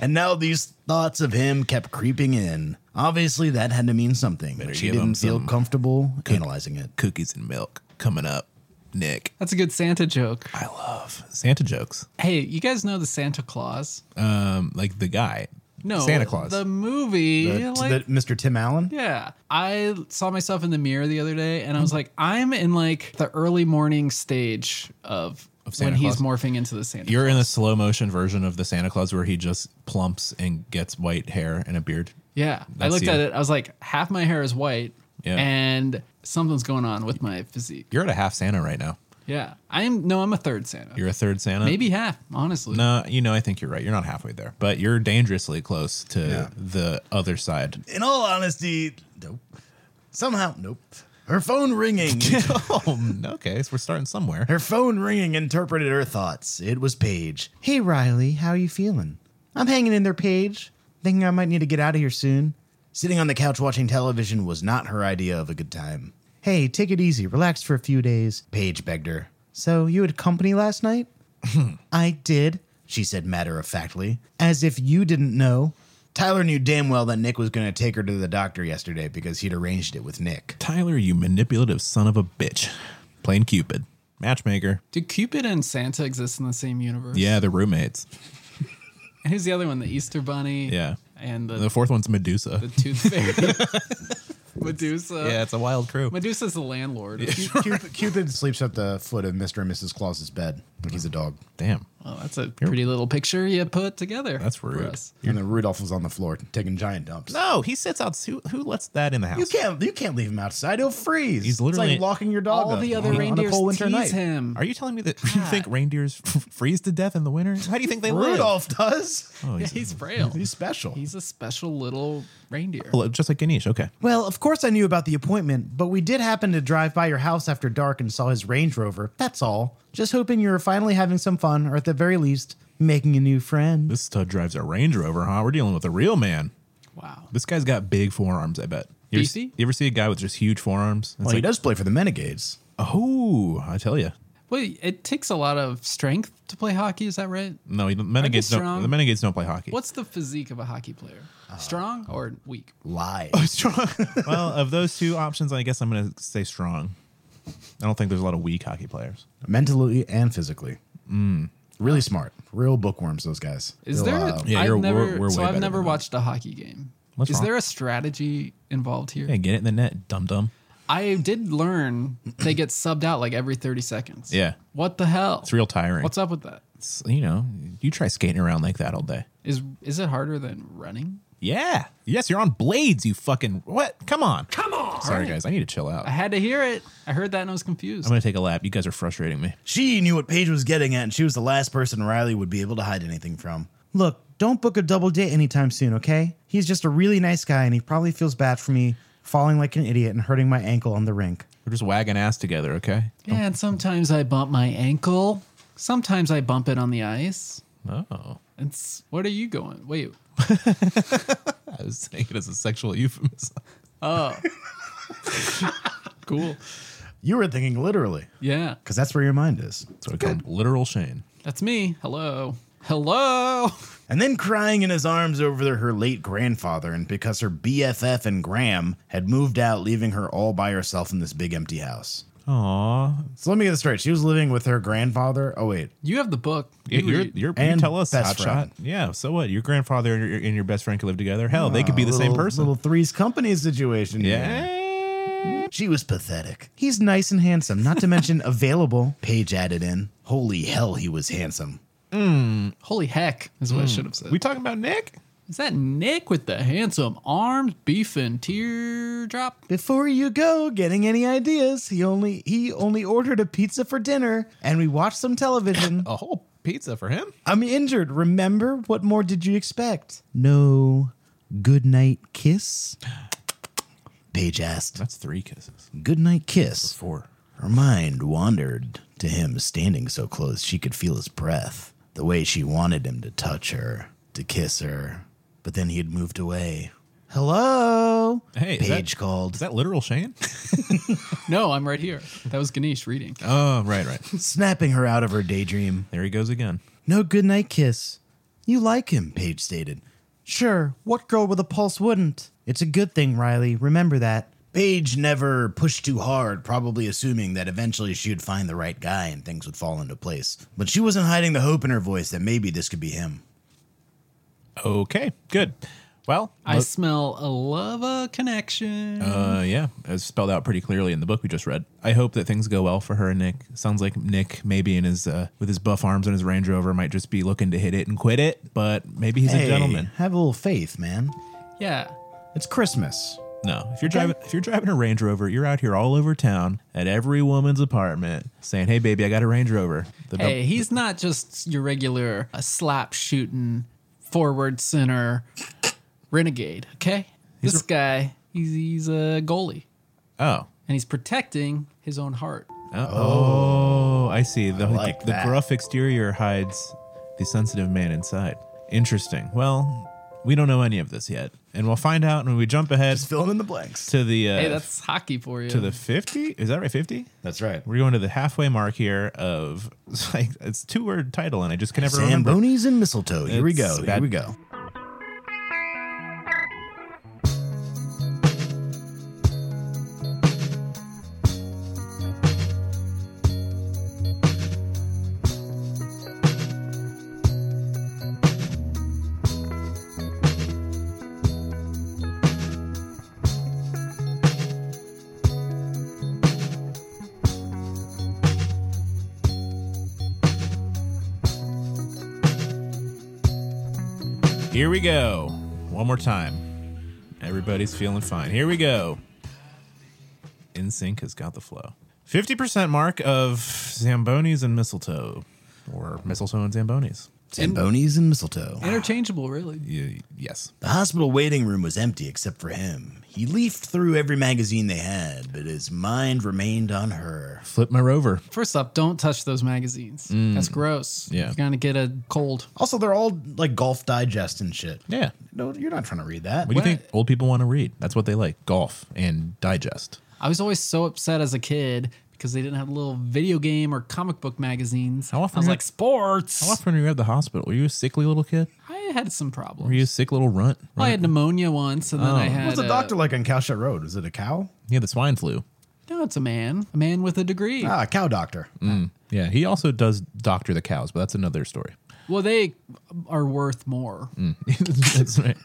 B: And now these thoughts of him kept creeping in. Obviously, that had to mean something. but she
A: give him
B: didn't feel
A: some
B: comfortable analyzing it.
A: Cookies and milk coming up. Nick.
C: That's a good Santa joke.
A: I love Santa jokes.
C: Hey, you guys know the Santa Claus?
A: Um, like the guy.
C: No,
A: Santa Claus.
C: The movie.
B: The- to
C: like-
B: the- Mr. Tim Allen?
C: Yeah. I saw myself in the mirror the other day and I was like, I'm in like the early morning stage of,
A: Santa
C: when he's
A: Claus.
C: morphing into the Santa.
A: You're in a slow motion version of the Santa Claus where he just plumps and gets white hair and a beard.
C: yeah. I
A: That's
C: looked
A: you.
C: at it. I was like, half my hair is white
A: Yeah.
C: and something's going on with my physique.
A: You're at a half Santa right now.
C: Yeah. I am, no, I'm a third Santa.
A: You're a third Santa.
C: Maybe half, honestly.
A: No, you know, I think you're right. You're not halfway there, but you're dangerously close to the other side.
B: In all honesty, nope. Somehow, nope. Her phone ringing.
A: oh, okay. So we're starting somewhere.
B: her phone ringing interpreted her thoughts. It was Paige. Hey, Riley, how are you feeling? I'm hanging in there, Paige. Thinking I might need to get out of here soon. Sitting on the couch watching television was not her idea of a good time. Hey, take it easy. Relax for a few days. Paige begged her. So, you had company last night? I did, she said matter of factly, as if you didn't know. Tyler knew damn well that Nick was going to take her to the doctor yesterday because he'd arranged it with Nick.
A: Tyler, you manipulative son of a bitch. Plain Cupid. Matchmaker.
C: Do Cupid and Santa exist in the same universe?
A: Yeah, they're roommates.
C: And who's the other one? The Easter Bunny?
A: Yeah.
C: And the,
A: The fourth one's Medusa.
C: the Tooth Fairy? Medusa?
A: yeah, it's a wild crew.
C: Medusa's the landlord.
B: Cupid, Cupid sleeps at the foot of Mr. and Mrs. Claus's bed. Like he's a dog.
A: Damn.
C: Well, Oh, that's a pretty little picture you put together.
A: That's
C: for
A: rude.
C: us.
B: and then Rudolph was on the floor taking giant dumps.
A: No, he sits out. Who, who lets that in the house?
B: You can't you can't leave him outside. He'll freeze.
A: He's literally-
B: it's like locking your dog
C: All
B: up
C: the other
B: on a-
C: reindeers
B: on a cold
C: tease
B: winter night.
C: him.
A: Are you telling me that you think reindeers freeze to death in the winter? How do you think they live?
B: Rudolph does.
A: Oh,
C: yeah,
A: he's,
C: he's frail.
B: He's special.
C: He's a special little reindeer.
A: Well, just like Ganesh. Okay.
B: well, of course I knew about the appointment, but we did happen to drive by your house after dark and saw his Range Rover. That's all. Just hoping you were finally having some fun, or at the very least, making a new friend.
A: This stud drives a Range Rover, huh? We're dealing with a real man.
C: Wow.
A: This guy's got big forearms, I bet. You ever,
C: Beefy?
A: you ever see a guy with just huge forearms? It's
B: Well, he
A: like,
B: does play for the Menegades.
A: oh, I tell you.
C: Well, it takes a lot of strength to play hockey. Is that right?
A: No, he- the Menegades
C: strong.
A: don't. The Menegades don't play hockey.
C: What's the physique of a hockey player?
A: Uh,
C: Strong or weak?
B: Lie.
A: strong? well, of those two options, I guess I'm going to say strong. I don't think there's a lot of weak hockey players.
B: Mentally and physically. Mm, Really smart. Real bookworms, those guys.
C: Is
B: Real,
C: there?
B: uh,
C: A,
A: Yeah,
C: I've
A: you're-
C: never,
A: we're- we're
C: so
A: way
C: I've
A: better
C: never
A: than that.
C: watched a hockey game.
A: What's
C: is
A: wrong?
C: there a strategy involved here?
A: Hey, get it in the net, dum dum.
C: I did learn they get subbed out like every 30 seconds.
A: Yeah.
C: What the hell?
A: It's real tiring.
C: What's up with that?
A: It's, you know, you try skating around like that all day.
C: Is is it harder than running?
A: Yeah. Yes, you're on blades. You fucking what? Come on. Come on. Sorry guys, I need to chill out.
C: I
A: I'm
C: had to hear it. I heard that and I was confused.
A: gonna take a lap. You guys are frustrating me.
B: She knew what Paige was getting at, and she was the last person Riley would be able to hide anything from. Look, don't book a double date anytime soon, okay? He's just a really nice guy, and he probably feels bad for me falling like an idiot and hurting my ankle on the rink.
A: We're just wagging ass together, okay?
C: Yeah, and sometimes I bump my ankle. Sometimes I bump it on the ice.
A: Oh.
C: It's what are you going? Wait,
A: I was saying it as a sexual euphemism.
C: cool.
B: You were thinking literally,
C: Yeah,
B: because that's where your mind is.
A: That's what we call literal Shane.
C: that's me. Hello, hello.
B: And then crying in his arms over the- her late grandfather, and because her BFF and Graham had moved out, leaving her all by herself in this big empty house.
A: Aw.
B: So let me get this straight. She was living with her grandfather. Oh, wait.
C: You have the book.
A: Yeah,
C: You
A: you're,
C: read-
A: you're, you
B: And
A: tell us,
B: best
A: Hotshot.
B: friend.
A: Yeah, so what? Your grandfather and your, and your best friend could live together. Hell, they could be the same
B: Uh, Little-
A: person.
B: Little threes company situation. here.
A: yeah.
B: She was pathetic. He's nice and handsome, not to mention available. Paige added in. Holy hell, he was handsome.
C: holy heck is what I should have said.
A: Hmm. We talking about Nick?
C: is that Nick with the handsome arms, beef and teardrop?
B: Before you go, getting any ideas? He only he only ordered a pizza for dinner, and we watched some television.
A: A whole pizza for him?
B: I'm injured. Remember, what more did you expect? No goodnight kiss. Paige asked.
A: That's three kisses.
B: Goodnight kiss.
A: Four.
B: Her mind wandered to him standing so close she could feel his breath, the way she wanted him to touch her, to kiss her. But then he had moved away. Hello?
A: Hey, is that-
B: Paige called.
A: Is that literal Shane?
C: No, I'm right here. That was Ganesh reading.
A: oh, right, right.
B: snapping her out of her daydream.
A: There he goes again.
B: No goodnight kiss. You like him, Paige stated. Sure, what girl with a pulse wouldn't? It's a good thing, Riley. Remember that. Paige never pushed too hard, probably assuming that eventually she would find the right guy and things would fall into place. But she wasn't hiding the hope in her voice that maybe this could be him.
A: Okay, good. Well,
C: I smell a love connection.
A: uh, yeah, as spelled out pretty clearly in the book we just read. I hope that things go well for her and Nick. Sounds like Nick, maybe in his uh, with his buff arms and his Range Rover, might just be looking to hit it and quit it. But maybe he's a gentleman.
B: Have a little faith, man.
C: yeah.
B: It's Christmas.
A: No, if you're driving, if you're driving a Range Rover, you're out here all over town at every woman's apartment saying, "Hey, baby, I got a Range Rover." The bu-
C: Hey, he's not just your regular uh, slap shooting forward center renegade. Okay, this guy, he's he's a goalie,
A: oh,
C: and he's protecting his own heart.
A: Uh, oh, I see. The,
B: like
A: the,
B: that.
A: gruff exterior hides the sensitive man inside. Interesting. Well, we don't know any of this yet, and we'll find out when we jump ahead
B: Just filling in the blanks.
A: to the uh,
C: Hey, that's hockey for you.
A: to the fifty. Is that right? Fifty.
B: That's right.
A: We're going to the halfway mark here of it's like it's two word title, and I just can never remember.
B: Zambonis and mistletoe. Here we
A: It's
B: go. Here
A: bad-
B: we go.
A: Here we go. One more time. Everybody's feeling fine. Here we go. InSync has got the flow. 50% mark of Zambonis and mistletoe, or mistletoe and Zambonis.
B: Zambonis and mistletoe.
C: Interchangeable, really.
A: Y- yes.
B: The hospital waiting room was empty except for him. He leafed through every magazine they had, but his mind remained on her.
A: Flip my rover.
C: First up, don't touch those magazines. That's gross.
A: Mm. Yeah.
C: You're gonna get a cold.
B: Also, they're all like golf digest and shit.
A: Yeah.
B: No, you're not trying to read that.
A: What do you think old people want to read? That's what they like golf and digest.
C: I was always so upset as a kid because they didn't have little video game or comic book magazines.
A: How often
C: I was
A: you-
C: like sports.
A: How often were you at the hospital? Were you a sickly little kid?
C: I had some problems.
A: Were you Oh. a sick little runt?
C: Well, I had pneumonia once, and then I had
B: What's the
A: uh,
C: a-
B: doctor like on Cowshed Road? Was it a cow?
A: Yeah, the swine flu.
C: No, it's a man, a man with a degree.
B: Ah, a cow doctor.
A: Yeah, he also does doctor the cows, but that's another story.
C: Well, they are worth more.
A: That's right.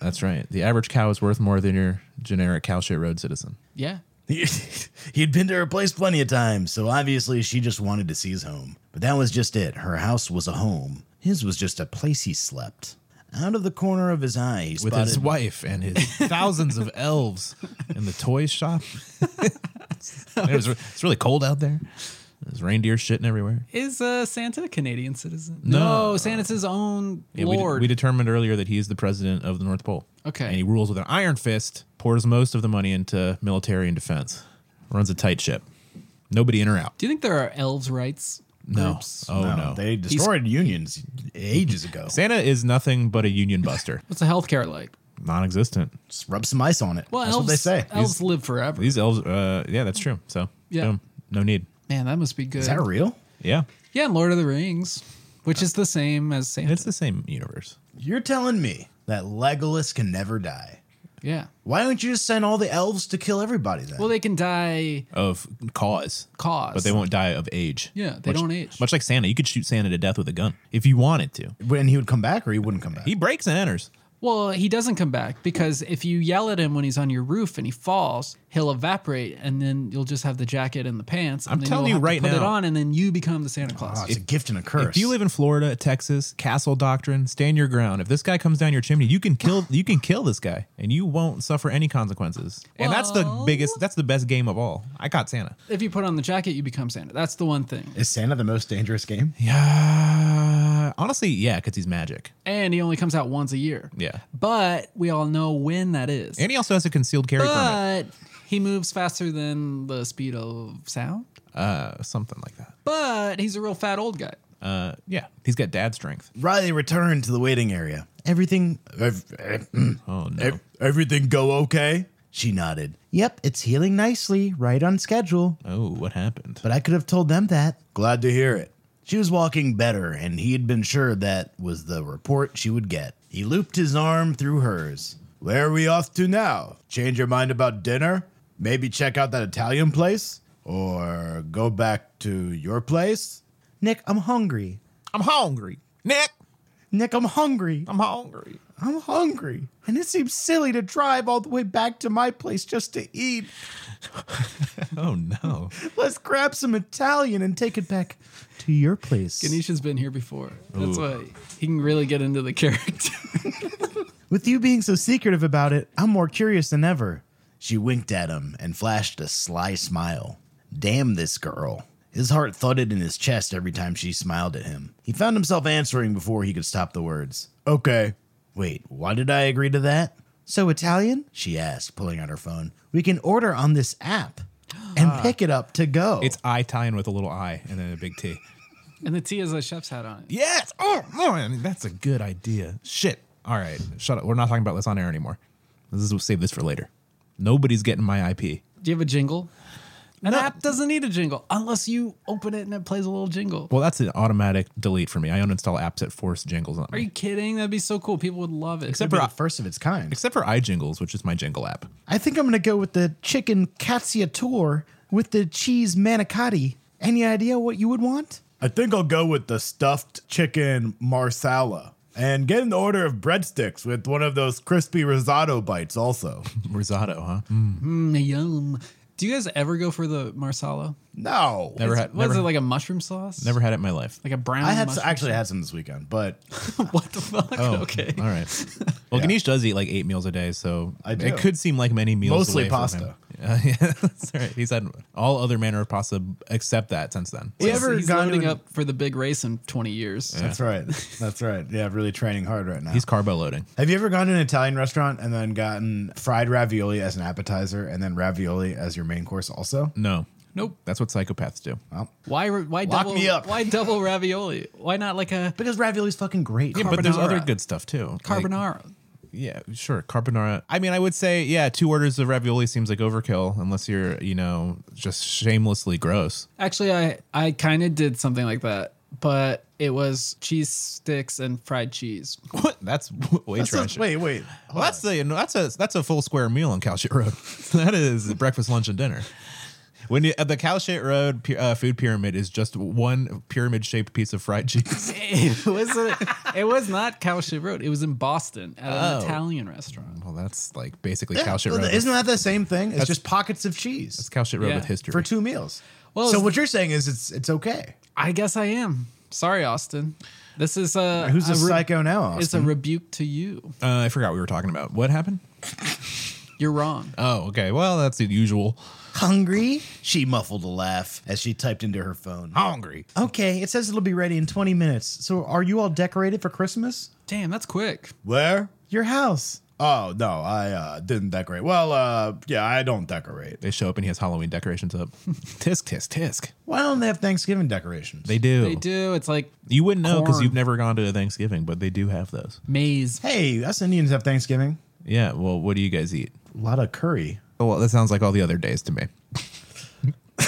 A: That's right. The average cow is worth more than your generic cow shit road citizen.
C: Yeah.
B: He'd been to her place plenty of times, so obviously she just wanted to see his home. But that was just it. Her house was a home. His was just a place he slept. Out of the corner of his eye, he
A: With
B: spotted
A: his wife and his thousands of elves in the toy shop. it was, it's really cold out there. There's reindeer shitting everywhere.
C: Is uh, Santa a Canadian citizen?
A: No.
C: Santa's his own
A: Yeah, we, de-
C: lord.
A: we determined earlier that he is the president of the North Pole.
C: Okay.
A: And he rules with an iron fist, pours most of the money into military and defense, runs a tight ship. Nobody in or out.
C: Do you think there are elves' rights?
A: No.
C: groups?
A: Oh, no.
B: They destroyed unions ages ago.
A: Santa is nothing but a union buster,
C: What's the healthcare like?
A: non existent.
B: Just rub some ice on it.
C: Well,
B: That's
C: elves,
B: what they say.
C: Elves live forever.
A: These elves, uh, yeah, that's true. So,
C: Yeah.
A: boom. no need.
C: Man, that must be good.
B: Is that real?
A: Yeah,
C: Yeah, and Lord of the Rings, which is the same as Santa.
A: it's the same universe.
B: You're telling me that Legolas can never die.
C: yeah.
B: Why don't you just send all the elves to kill everybody then?
C: Well, they can die
A: of cause,
C: cause.
A: but they won't die of age.
C: Yeah, they
A: Much-
C: don't age.
A: Much like Santa, you could shoot Santa to death with a gun if you wanted to.
B: when he would come back or he wouldn't come back.
A: He breaks and enters.
C: Well, he doesn't come back because if you yell at him when he's on your roof and he falls, he'll evaporate, and then you'll just have the jacket and the pants. And
A: I'm
C: then
A: telling
C: you'll
A: you
C: have to
A: right
C: put it
A: now- Ah,
C: on, and then you become the Santa Claus.
B: Oh, it's a gift and a
A: If
B: curse.
A: you live in Florida, Texas, castle doctrine, stand your ground. If this guy comes down your chimney, you can kill you can kill this guy and you won't suffer any consequences. and that's the
C: Well-
A: biggest that's the best game of all. I caught Santa.
C: if you put on the jacket, you become Santa. That's the one thing.
B: Is Santa the most dangerous game?
A: Yeah. Honestly, yeah, cuz he's magic.
C: And he only comes out once a year.
A: Yeah.
C: But we all know when that is.
A: And he also has a concealed carry permit.
C: but he moves faster than the speed of sound. Ah.
A: Uh something like that.
C: But he's a real fat old guy.
A: Uh yeah, he's got dad strength.
B: Riley returned to the waiting area. Everything. ev- ev-
A: Oh no.
B: ev- everything go okay? She nodded. Yep, it's healing nicely, right on schedule.
A: oh, what happened?
B: But I could have told them that. Glad to hear it. She was walking better, and he had been sure that was the report she would get. He looped his arm through hers. Where are we off to now? Change your mind about dinner? Maybe check out that Italian place? Or go back to your place? Nick, I'm hungry.
A: I'm hungry. Nick,
B: Nick, I'm hungry.
A: I'm hungry.
B: I'm hungry. And it seems silly to drive all the way back to my place just to eat.
A: Oh no.
B: Let's grab some Italian and take it back to your place.
C: Ganesha's been here before. That's why he can really get into the character.
B: With you being so secretive about it, I'm more curious than ever. She winked at him and flashed a sly smile. Damn this girl. His heart thudded in his chest every time she smiled at him. He found himself answering before he could stop the words. Okay. Wait, why did I agree to that? So, Italian? She asked, pulling out her phone. We can order on this app and pick it up to go.
A: It's Italian with a little I and then a big T.
C: and the T has a chef's hat on it.
A: Yes. Oh man, that's a good idea. Shit. All right, shut up. We're not talking about this on air anymore. This is we'll save this for later. Nobody's getting my IP.
C: Do you have a jingle? An app doesn't need a jingle unless you open it and it plays a little jingle.
A: Well, that's an automatic delete for me. I uninstall apps that force jingles on
C: Are
A: me.
C: you kidding? That'd be so cool. People would love it.
A: Except
B: Be
A: for
B: the first of its kind.
A: except for iJingles, which is my jingle app.
B: I think I'm gonna go with the chicken cacciatore with the cheese manicotti. Any idea what you would want? I think I'll go with the stuffed chicken marsala and get an order of breadsticks with one of those crispy risotto bites also.
A: Risotto, huh?
C: Mm, yum. Do you guys ever go for the marsala?
B: no.
A: Never had
C: Was
A: never,
C: it like a mushroom sauce?
A: never had it in my life.
C: Like a brown.
B: I had
C: mushroom
B: actually had some this weekend, but
C: sauce? what the fuck? okay.
A: Oh, All right. Well, Ganesh does eat like eight meals a day, so
B: I do.
A: it could seem like many meals. away
B: Mostly
A: from him.
B: pasta.
A: Yeah, yeah, that's right. He's had all other manner of pasta except that since then.
B: you
C: He's-
B: ever
C: He's
B: gone to
C: loading
B: an-
C: up for the big race in 20 years.
B: That's right. That's right. Yeah, really training hard right now.
A: He's carbo loading.
B: Have you ever gone to an Italian restaurant and then gotten fried ravioli as an appetizer and then ravioli as your main course also?
A: No,
C: Nope.
A: that's what psychopaths do.
C: Why? Why
B: Lock
C: double?
B: me up.
C: Why double ravioli? Why not like a
B: Because ravioli's fucking great.
A: Yeah, but there's
C: Carbonara.
A: other good stuff too. Like-
C: carbonara?
A: yeah, sure. Carbonara. I mean, I would say, yeah, two orders of ravioli seems like overkill unless you're, you know, just shamelessly gross.
C: Actually, I I kind of did something like that, but it was cheese sticks and fried cheese.
A: What? That's w- way
B: That's
A: trash.
B: just- wait, wait.
A: Well, that's the that's a that's a full square meal on Cow Shit Road. that is breakfast, lunch, and dinner. When you, uh, the Cow Shit Road pi- uh, food pyramid is just one pyramid shaped piece of fried cheese.
C: It was a, it was not Cow Shit Road. It was in Boston at an
A: Oh.
C: Italian restaurant.
A: well, that's like basically
B: Yeah,
A: Cow Shit
B: well,
A: Road.
B: Isn't that the same thing? It's just pockets of cheese
A: it's Cow Shit Road
C: Yeah.
A: with history.
B: for two meals.
C: Well,
B: so
C: it's-
B: what you're saying is it's it's okay.
C: I guess I am. Sorry, Austin. This is a
B: Who's
C: a
B: a
C: re-
B: psycho now?
C: It's a rebuke to you.
A: uh, I forgot we were talking about what happened.
C: You're wrong.
A: Oh, okay. Well, that's the usual.
B: hungry? She muffled a laugh as she typed into her phone.
A: Hungry.
B: Okay, it says it'll be ready in 20 minutes. So are you all decorated for Christmas?
C: Damn, that's quick.
B: Where? Your house. Oh no, I uh, didn't decorate. Well, uh, yeah, I don't decorate.
A: They show up and he has Halloween decorations up. tisk tisk tisk.
B: Why don't they have Thanksgiving decorations?
A: They do.
C: They do. It's like
A: You wouldn't know because
C: Corn.
A: you've never gone to a Thanksgiving, but they do have those.
C: maize.
B: hey, us Indians have Thanksgiving.
A: Yeah. Well, what do you guys eat?
B: A lot of curry.
A: Oh, well, that sounds like all the other days to me.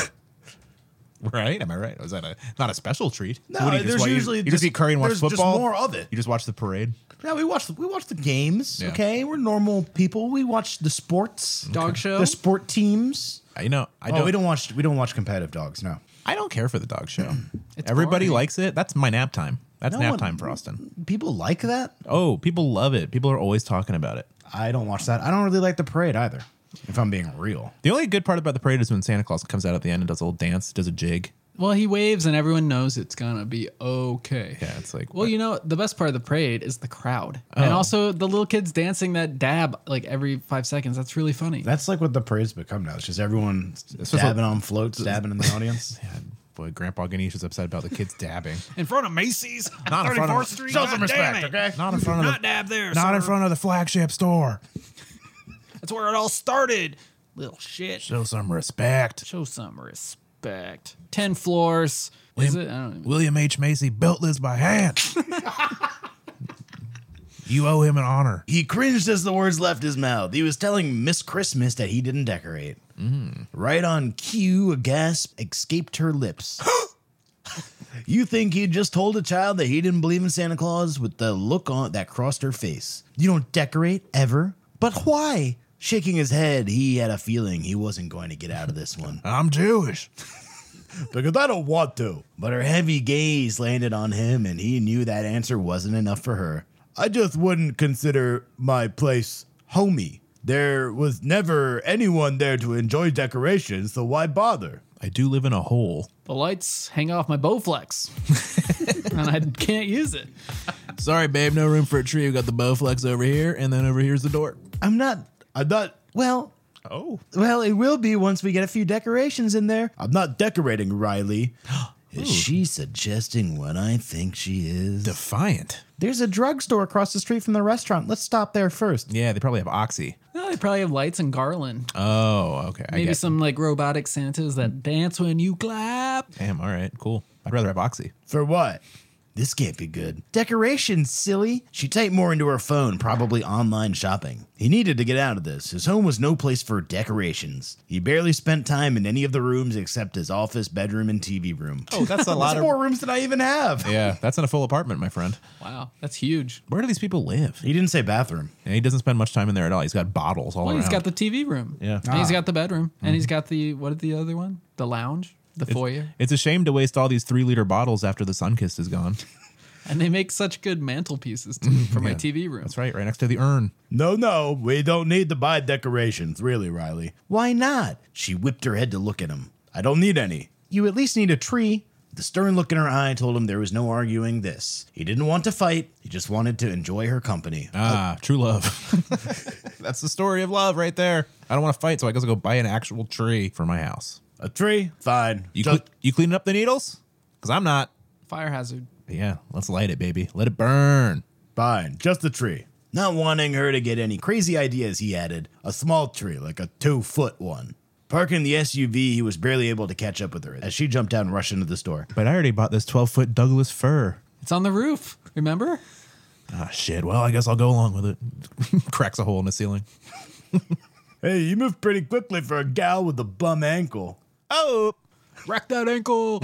A: right? Am I right? Was that a not a special treat?
B: No,
A: do you
B: there's
A: wa- you-
B: usually
A: you,
B: just-
A: just eat curry and watch
B: there's just
A: football.
B: more of it.
A: You just watch the parade.
B: Yeah, we watch we watch the games.
A: Yeah.
B: Okay, we're normal people. We watch the sports,
C: Dog show?
B: the sport teams.
A: You know, I
B: oh,
A: don't,
B: we don't watch we don't watch competitive dogs. No,
A: I don't care for the dog show. Everybody
C: boring.
A: likes it. That's my nap time. That's
B: No
A: nap
B: one-
A: time for Austin.
B: people like that.
A: Oh, people love it. People are always talking about it.
B: I don't watch that. I don't really like the parade either. If I'm being real,
A: The only good part about the parade is when Santa Claus comes out at the end and does a little dance, does a jig.
C: Well, he waves and everyone knows it's gonna be okay.
A: Yeah, it's like
C: Well, you know, the best part of the parade is the crowd.
A: Oh.
C: And also the little kids dancing that dab like every five seconds. That's really funny.
B: that's like what the parade's become now. It's just everyone
A: what-
B: stabbing on floats, stabbing in the audience.
A: God, boy, Grandpa Ganesh is upset about the kids dabbing.
F: in front of Macy's,
A: Not in
F: 34th
A: front of-
F: Street.
E: Show some
F: God damn
E: respect,
F: it.
E: okay?
A: Not in front of
F: Not
A: the,
F: dab there.
A: not in
F: sir.
A: front of the flagship store.
F: That's where it all started. Little shit.
A: Show some respect.
C: Show some respect. Ten floors. Is it? I don't even
A: William H. Macy built this by hand. you owe him an honor.
B: He cringed as the words left his mouth. He was telling Miss Christmas that he didn't decorate. Right on cue, a gasp escaped her lips. you think he just told a child that he didn't believe in Santa Claus with the look on that crossed her face? You don't decorate ever? But why? Shaking his head, he had a feeling he wasn't going to get out of this one.
A: I'm Jewish.
B: because I don't want to. But her heavy gaze landed on him, and he knew that answer wasn't enough for her. I just wouldn't consider my place homey. There was never anyone there to enjoy decorations, so why bother?
A: I do live in a hole.
C: The lights hang off my Bowflex, and I can't use it.
A: Sorry, babe, no room for a tree. We got the Bowflex over here, and then over here's the door.
B: I'm not. I'm not. Well,
A: Oh.
B: well, it will be once we get a few decorations in there. I'm not decorating, Riley. Is she suggesting what I think she is?
A: Defiant.
B: There's a drugstore across the street from the restaurant. Let's stop there first.
A: Yeah, they probably have Oxy.
C: No, they probably have lights and garland.
A: Oh, okay. I
C: Maybe
A: get
C: some like robotic Santas that dance when you clap.
A: Damn, all right, cool. I'd rather have Oxy.
B: For what? This can't be good. Decorations, silly. She typed more into her phone, probably online shopping. He needed to get out of this. His home was no place for decorations. He barely spent time in any of the rooms except his office, bedroom, and TV room.
A: Oh, that's a lot
B: There's more rooms than I even have.
A: Yeah, that's in a full apartment, my friend.
C: Wow, that's huge.
A: Where do these people live?
B: He didn't say bathroom.
A: And he doesn't spend much time in there at all. He's got bottles all
C: Well,
A: around.
C: he's got the TV room.
A: Yeah.
C: And he's got the bedroom. And
B: Mm-hmm.
C: he's got the, what is the other one? The lounge, the foyer.
A: it's a shame to waste all these three liter bottles after the Sunkist is gone.
C: And they make such good mantelpieces too for my
A: Yeah.
C: TV room.
A: That's right, right next to the urn.
B: No, no, we don't need to buy decorations, really, Riley. Why not? She whipped her head to look at him. I don't need any. You at least need a tree. The stern look in her eye told him there was no arguing this. He didn't want to fight, he just wanted to enjoy her company.
A: Ah, true love. that's the story of love right there. I don't want to fight, so I guess I'll go buy an actual tree for my house.
B: a tree? Fine.
A: You,
B: Just-
A: cle- you cleaning up the needles? Because I'm not.
C: Fire hazard.
A: But yeah, let's light it, baby. Let it burn.
B: Fine, just a tree. Not wanting her to get any crazy ideas, he added, a small tree, like a two foot one. Parking the SUV, he was barely able to catch up with her as she jumped out and rushed into the store.
A: But I already bought this 12 foot Douglas fir.
C: It's on the roof. Remember?
A: Ah, shit. Well, I guess I'll go along with it. Cracks a hole in the ceiling.
B: Hey, you moved pretty quickly for a gal with a bum ankle.
A: Oh,
C: Wreck that ankle.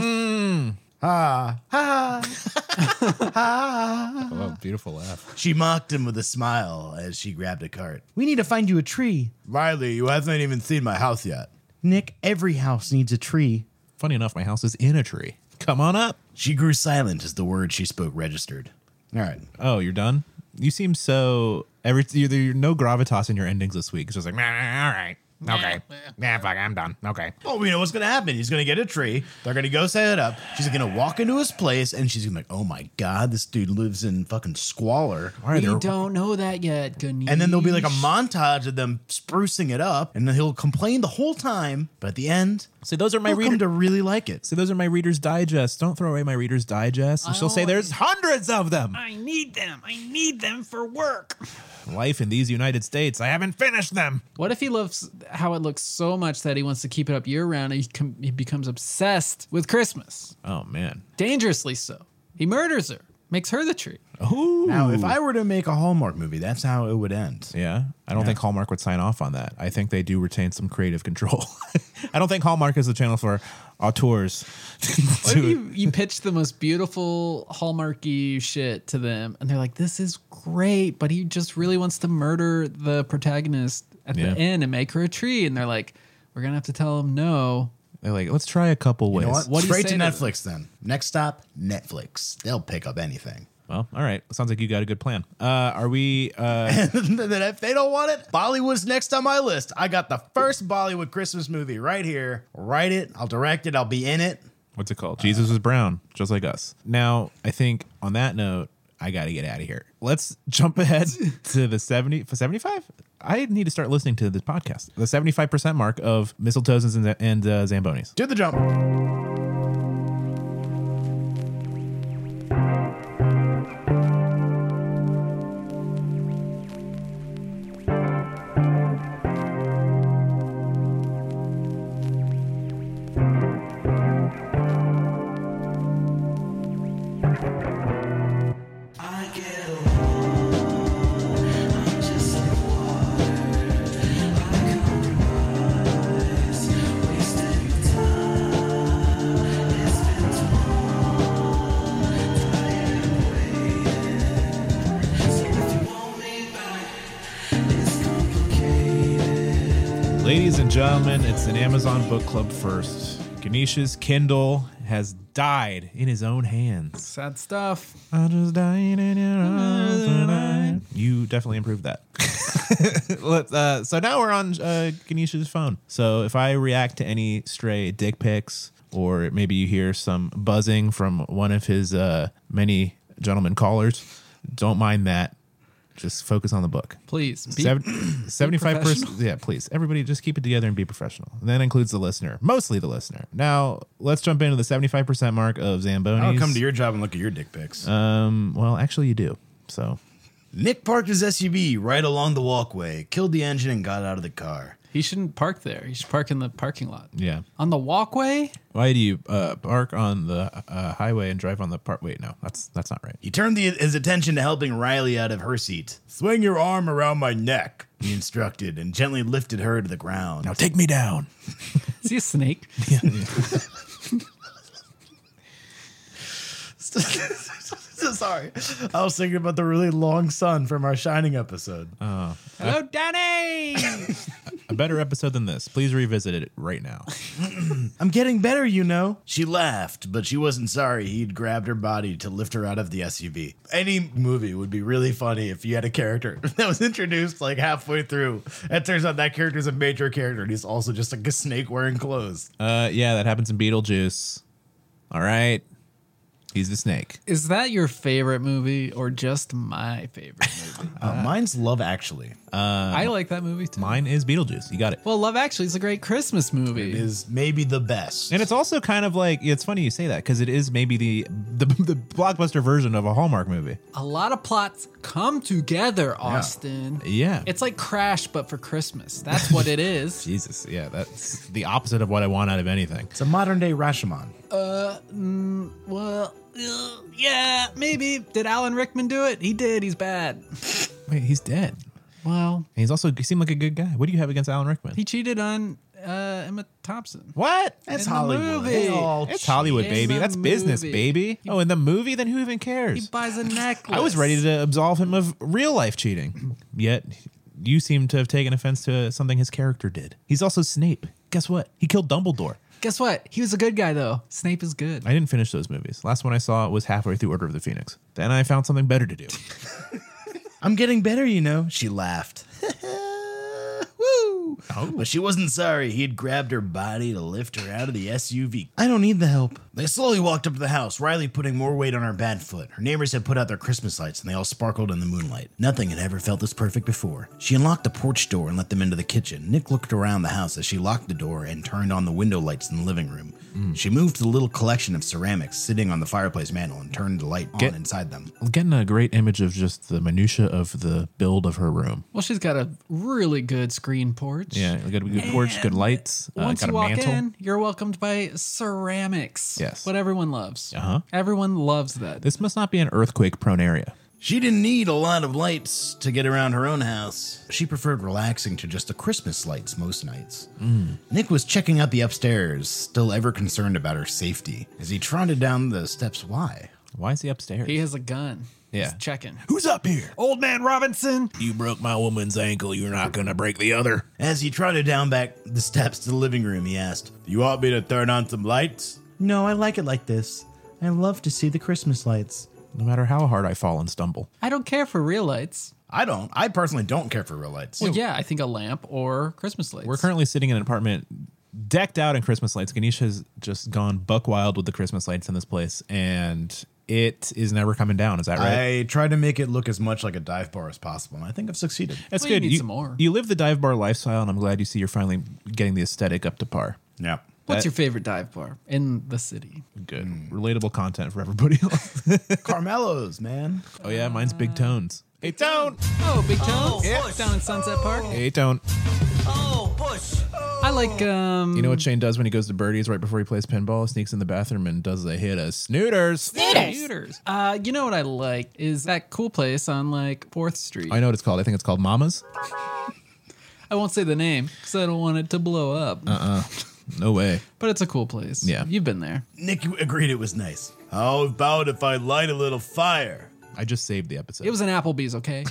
A: oh beautiful laugh.
B: She mocked him with a smile as she grabbed a cart. We need to find you a tree. Riley, you haven't even seen my house yet. Nick, every house needs a tree.
A: Funny enough, my house is in a tree. Come on up.
B: She grew silent as the words she spoke registered. All right.
A: Oh, you're done? You seem so. Every you're, you're no gravitas in your endings this week. It's just like,
E: Nah, all right. Okay. Yeah, fuck, I'm done. Okay.
B: Oh, we know what's going to happen. He's going to get a tree. They're going to go set it up. She's going to walk into his place and she's going to be like, oh my God, this dude lives in fucking squalor.
A: why are
C: We
A: there?
C: don't know that yet, Ganesh.
B: And then there'll be like a montage of them sprucing it up and then he'll complain the whole time. But at the end,
A: So those are my
B: he'll
A: reader.
B: come to really like it.
A: so those are my readers' digest. Don't throw away my readers' digest. And she'll say there's hundreds of them.
F: I need them. I need them for work.
A: Life in these United States. I haven't finished them.
C: What if he loves how it looks so much that he wants to keep it up year round and he, com- he becomes obsessed with Christmas?
A: Oh man.
C: Dangerously so. He murders her, makes her the tree.
A: Ooh.
B: Now, if I were to make a Hallmark movie, that's how it would end.
A: Yeah. I don't think Hallmark would sign off on that. I think they do retain some creative control. I don't think Hallmark is the channel for auteurs.
C: What if you, you pitch the most beautiful hallmarky shit to them and they're like, this is great, but he just really wants to murder the protagonist at
A: Yeah.
C: the end and make her a tree. And they're like, we're going to have to tell him no.
A: They're like, let's try a couple ways.
B: You know what?
C: What do you
B: Straight
C: say
B: to
C: to
B: Netflix then. Next stop, Netflix. They'll pick up anything.
A: Well, all right. Sounds like you got a good plan. Uh, are we? Uh,
B: and then if they don't want it, Bollywood's next on my list. I got the first Bollywood Christmas movie right here. Write it. I'll direct it. I'll be in it.
A: what's it called? Jesus was brown, just like us. Now, I think on that note, I got to get out of here. Let's jump ahead to the 70, 75? I need to start listening to this podcast. The 75% mark of mistletoes and, and uh, Zambonis.
B: Do the jump.
A: Ladies and gentlemen, it's an Amazon book club first. Ganesha's Kindle has died in his own hands.
C: Sad stuff.
A: I just died in your arms tonight. You definitely improved that. Let's, uh, so now we're on uh, Ganesha's phone. So if I react to any stray dick pics, or maybe you hear some buzzing from one of his uh, many gentlemen callers, don't mind that. Just focus on the book.
C: Please. Be,
A: Seven- 75 percent yeah please everybody just keep it together and be professional and that includes the listener mostly the listener now let's jump into the 75% mark of zambonis
B: I'll come to your job and look at your dick pics.
A: um well actually you do so
B: Nick parked his SUV right along the walkway, killed the engine, and got out of the car.
C: he shouldn't park there. He should park in the parking lot.
A: yeah
C: On the walkway?
A: why do you uh, park on the uh, highway and drive on the park wait no that's that's not right
B: He turned the, his attention to helping Riley out of her seat. Swing your arm around my neck, he instructed, and gently lifted her to the ground.
A: now take me down
C: Is he a snake?
B: so sorry. I was thinking about the really long sun from our Shining episode.
C: Hello, Danny!
A: a better episode than this please revisit it right now
B: I'm getting better, you know. She laughed, but she wasn't sorry he'd grabbed her body to lift her out of the SUV. Any movie would be really funny if you had a character that was introduced like halfway through. It turns out that character's a major character and he's also just like a snake wearing clothes.
A: uh yeah that happens in beetlejuice all right he's the snake
C: Is that your favorite movie or just my favorite movie?
B: Uh, mine's Love Actually.
A: Uh,
C: I like that movie too.
A: mine is beetlejuice you got it
C: Well, Love Actually is a great Christmas movie.
B: Is maybe the best.
A: And it's also kind of like it's funny you say that because it is maybe the, the the blockbuster version of a Hallmark movie.
C: A lot of plots come together, Austin.
A: Yeah.
C: It's like Crash, but for Christmas. That's what it is.
A: Jesus, yeah, that's the opposite of what I want out of anything.
B: it's a modern day Rashomon.
C: well, uh, yeah, maybe. Did Alan Rickman do it? He did. He's bad.
A: Wait, he's dead. And
C: Well,
A: he's also he seemed like a good guy. What do you have against Alan Rickman?
C: he cheated on uh, Emma Thompson.
A: what?
B: That's
C: In the
B: Hollywood.
C: movie.
B: They all
A: It's Hollywood,
C: In
A: baby.
C: the
A: That's business,
C: movie.
A: baby. Oh, in the movie, then who even cares?
C: He buys a necklace.
A: I was ready to absolve him of real life cheating. Yet you seem to have taken offense to something his character did. He's also Snape. Guess what? He killed Dumbledore.
C: Guess what? He was a good guy, though. Snape is good.
A: I didn't finish those movies. Last one I saw was halfway through Order of the Phoenix. Then I found something better to do.
B: I'm getting better, you know. She laughed. Woo! But she wasn't sorry. He'd grabbed her body to lift her out of the SUV. I don't need the help. They slowly walked up to the house, Riley putting more weight on her bad foot. Her neighbors had put out their Christmas lights and they all sparkled in the moonlight. Nothing had ever felt this perfect before. She unlocked the porch door and let them into the kitchen. Nick looked around the house as she locked the door and turned on the window lights in the living room. She moved to the little collection of ceramics sitting on the fireplace mantel and turned the light
A: Get-
B: on inside them.
A: Getting a great image of just the minutia of the build of her room.
C: Well, she's got a really good screen porch.
A: Yeah, good, good porch, good lights, uh,
C: Once
A: got
C: you
A: a
C: walk
A: mantle.
C: in, you're welcomed by ceramics.
A: Yes.
C: What everyone loves.
A: Uh-huh.
C: Everyone loves that.
A: This must not be an earthquake prone area.
B: She didn't need a lot of lights to get around her own house. She preferred relaxing to just the Christmas lights most nights. Nick was checking out the upstairs, still ever concerned about her safety, as he trotted down the steps. Why?
A: Why is he upstairs?
C: He has a gun.
A: Yeah.
C: He's checking.
A: Who's up here?
F: Old man Robinson.
A: You broke my woman's ankle. You're not going to break the other.
B: As he trotted down back the steps to the living room, he asked, You want me to turn on some lights?
G: No, I like it like this. I love to see the Christmas lights.
A: No matter how hard I fall and stumble.
C: I don't care for real lights.
B: I don't. I personally don't care for real lights.
C: Well, yeah, I think a lamp or Christmas lights.
A: We're currently sitting in an apartment decked out in Christmas lights. Ganesha's just gone buck wild with the Christmas lights in this place, and it is never coming down. Is that right?
B: I tried to make it look as much like a dive bar as possible, and I think I've succeeded.
A: That's
C: Well, you
A: good.
C: need some more.
A: you live the dive bar lifestyle, and I'm glad you see you're finally getting the aesthetic up to par.
B: Yeah.
C: What's your favorite dive bar in the city?
A: Good. Relatable content for everybody else.
B: Carmelo's, man.
A: oh, yeah. Mine's Big Tones. Hey, Tone.
C: Oh, Big Tones. Down in Sunset Park.
A: Hey, Tone.
F: Oh, Bush.
C: I like um
A: You know what Shane does when he goes to Birdie's right before he plays pinball? Sneaks in the bathroom and does a hit of snooters.
C: Scooters. Uh, you know what I like is that cool place on like Fourth Street.
A: I know what it's called. I think it's called Mama's.
C: I won't say the name because I don't want it to blow up.
A: No way.
C: But it's a cool place.
A: Uh. Yeah.
C: you've been there.
B: Nick agreed it was nice. How about if I light a little fire?
A: I just saved the episode.
C: It was an Applebee's, okay?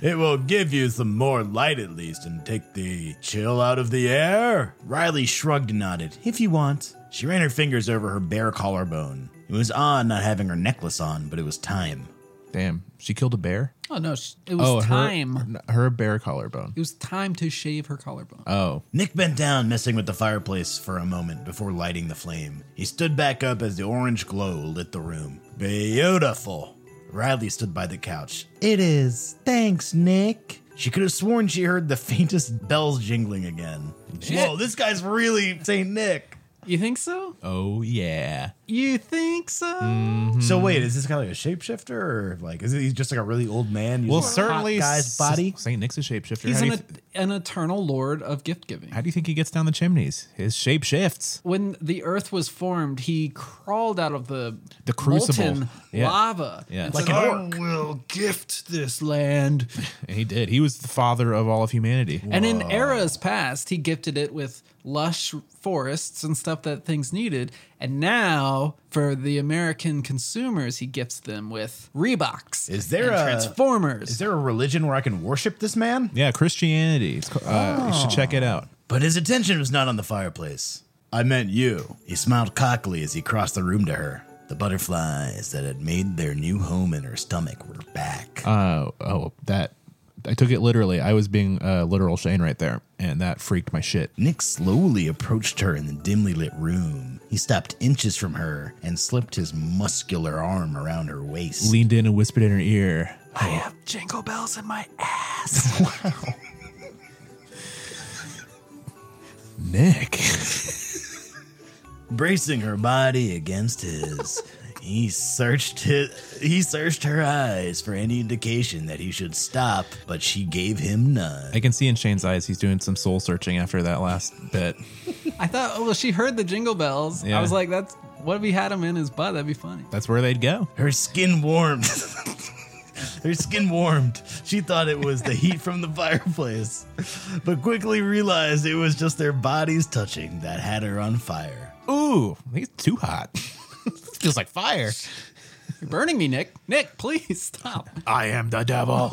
B: It will give you some more light at least and take the chill out of the air. Riley shrugged and nodded. If you want. She ran her fingers over her bare collarbone. It was odd not having her necklace on, but it was time.
A: Damn, she killed a bear.
C: Oh no, sh- it was time.
A: her her bear collarbone.
C: It was time to shave her collarbone.
A: Oh,
B: Nick bent down, messing with the fireplace for a moment before lighting the flame. He stood back up as the orange glow lit the room. Beautiful. Riley stood by the couch.
G: It is. Thanks, Nick.
B: She could have sworn she heard the faintest bells jingling again. Whoa, this guy's really saying Nick.
C: you think so?
A: oh Mm. yeah.
C: You think so?
B: So wait, is this guy like a shapeshifter or like is he just like a really old man?
A: Well,
B: using a
A: certainly
B: hot guy's body.
A: Saint Nick's a shapeshifter.
C: He's
A: how, do
C: an,
A: you, th-
C: et- an eternal lord of gift giving.
A: how do you think he gets down the chimneys? His shape shifts.
C: When the earth was formed, he crawled out of the,
A: The crucible.
C: molten
A: Yeah.
C: lava.
A: Yeah.
C: and
A: Like
C: said,
A: an
C: I will gift this land.
A: And he did. He was the father of all of humanity.
C: And in eras past, he gifted it with lush forests and stuff that things needed. And now, for the American consumers, he gifts them with Reeboks.
B: Is there
C: and
B: a-
C: Transformers?
B: Is there a religion where I can worship this man?
A: Yeah, Christianity. It's, ca- uh, You should check it out.
B: But his attention was not on the fireplace. I meant you. He smiled cockily as he crossed the room to her. The butterflies that had made their new home in her stomach were back.
A: Uh, oh, that I took it literally. I was being uh, literal Shane right there, and that freaked my shit.
B: Nick slowly approached her in the dimly lit room. He stopped inches from her and slipped his muscular arm around her waist.
A: Leaned in and whispered in her ear.
C: I have jingle bells in my ass.
A: Nick.
B: Bracing her body against his, he searched his, he searched her eyes for any indication that he should stop, but she gave him none.
A: I can see in Shane's eyes he's doing some soul searching after that last bit.
C: I thought, oh, well, she heard the jingle bells.
A: Yeah.
C: I was like, that's what if he had him in his butt? That'd be funny.
A: That's where they'd go.
B: Her skin warmed. her skin warmed. She thought it was the heat from the fireplace, but quickly realized it was just their bodies touching that had her on fire.
A: Ooh, he's too hot.
B: Feels like fire.
C: You're burning me, Nick. Nick, please stop.
A: I am the devil.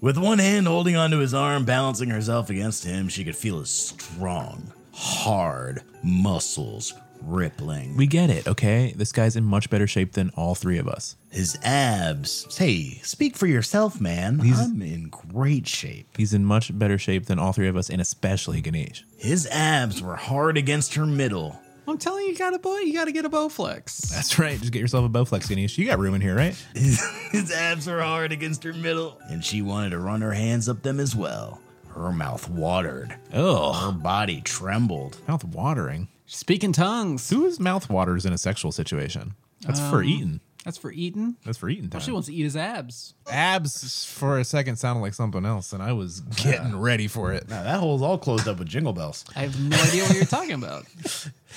B: With one hand holding onto his arm, balancing herself against him, she could feel his strong, hard muscles rippling.
A: we get it, okay? This guy's in much better shape than all three of us.
B: His abs. Hey, speak for yourself, man. I'm in great shape.
A: He's in much better shape than all three of us, and especially Ganesh.
B: His abs were hard against her middle.
C: I'm telling you, you got a bow. You got to get a Bowflex.
A: That's right. Just get yourself a Bowflex, Ganesh. You got room in here, right?
B: His, his abs were hard against her middle. And she wanted to run her hands up them as well. Her mouth watered. Her
A: Oh,
B: body trembled.
A: mouth watering.
C: Speak in tongues.
A: Whose mouth waters in a sexual situation? That's for eating.
C: That's for eating.
A: That's for eating time.
C: Um, She wants to eat his abs.
A: Abs for a second sounded like something else, and I was getting ready for it.
B: Now, that hole's all closed up with jingle bells.
C: I have no idea what you're talking about.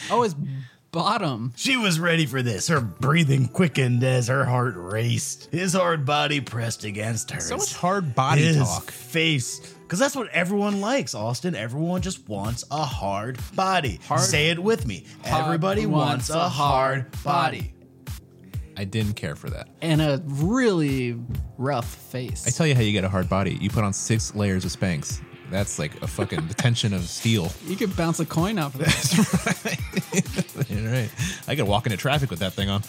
C: Oh, his bottom.
B: She was ready for this. Her breathing quickened as her heart raced. His hard body pressed against hers.
A: So much hard body
B: his
A: talk.
B: face. Because that's what everyone likes, Austin. Everyone just wants a hard body. Say it with me. Everybody wants, a hard body.
A: I didn't care for that.
C: And a really rough face.
A: I tell you how you get a hard body. You put on six layers of Spanx. That's like a fucking the tension of steel.
C: you could bounce a coin off of that.
A: You're right. I could walk into traffic with that thing on.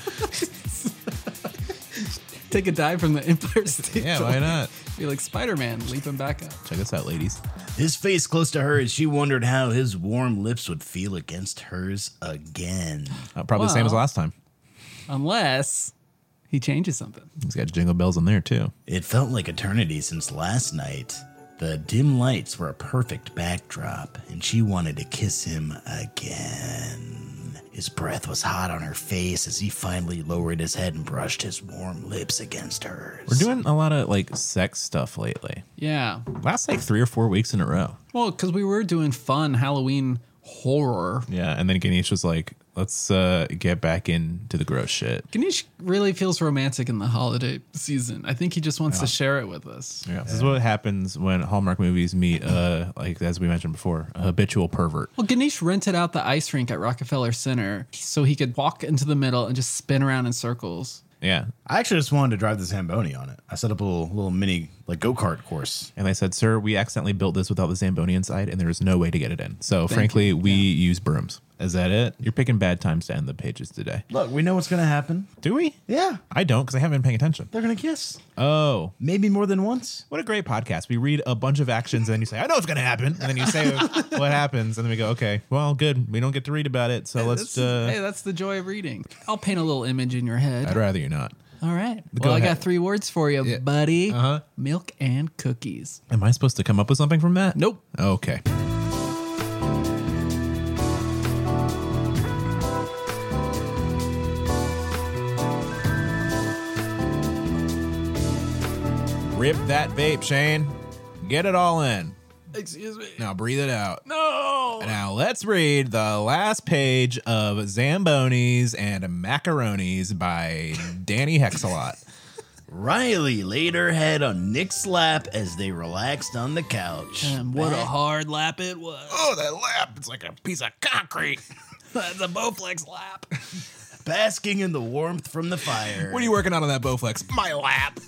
C: Take a dive from the Empire State.
A: Yeah, why not?
C: Be like Spider Man leaping back up.
A: Check this out, ladies.
B: His face close to hers, she wondered how his warm lips would feel against hers again.
A: Uh, probably the same as
C: Well-
A: last time.
C: Unless he changes something.
A: He's got jingle bells in there too.
B: It felt like eternity since last night. The dim lights were a perfect backdrop, and she wanted to kiss him again. His breath was hot on her face as he finally lowered his head and brushed his warm lips against hers.
A: We're doing a lot of like sex stuff lately.
C: Yeah.
A: Last like three or four weeks in a row.
C: Well, because we were doing fun Halloween horror.
A: Yeah, and then Ganesh was like, "Let's uh, get back into the gross shit."
C: Ganesh really feels romantic in the holiday season. I think he just wants to share it with us.
A: Yeah, this is what happens when Hallmark movies meet, uh, like as we mentioned before, a habitual pervert.
C: Well, Ganesh rented out the ice rink at Rockefeller Center so he could walk into the middle and just spin around in circles.
A: Yeah.
B: I actually just wanted to drive the Zamboni on it. I set up a little, little mini like go kart course.
A: And they said, Sir, we accidentally built this without the Zamboni inside, and there is no way to get it in. So, frankly, we use brooms. Is that it? You're picking bad times to end the pages today.
B: Look, we know what's gonna happen.
A: Do we?
B: Yeah,
A: I don't because I haven't been paying attention.
B: they're gonna kiss.
A: Oh,
B: Maybe more than once.
A: what a great podcast. We read a bunch of actions and then you say, I know it's going to happen. And then you say what happens. And then we go, okay, well, good. We don't get to read about it. So let's,
C: That's-
A: uh,
C: hey, that's the joy of reading. I'll paint a little image in your head.
A: I'd rather you not.
C: All right. Well, I
A: ahead.
C: got three words for you, buddy. Uh-huh. Milk and cookies.
A: Am I supposed to come up with something from that?
C: Nope.
A: Okay. Rip that vape, Shane. Get it all in.
C: Excuse me.
A: Now breathe it out.
C: No.
A: Now let's read the last page of Zambonis and Macaronis by Danny Hexalot.
B: Riley laid her head on Nick's lap as they relaxed on the couch.
C: And what a hard lap it was.
A: oh, that lap. It's like a piece of concrete.
C: That's a Bowflex lap.
B: basking in the warmth from the fire.
A: What are you working on on that Bowflex? My lap.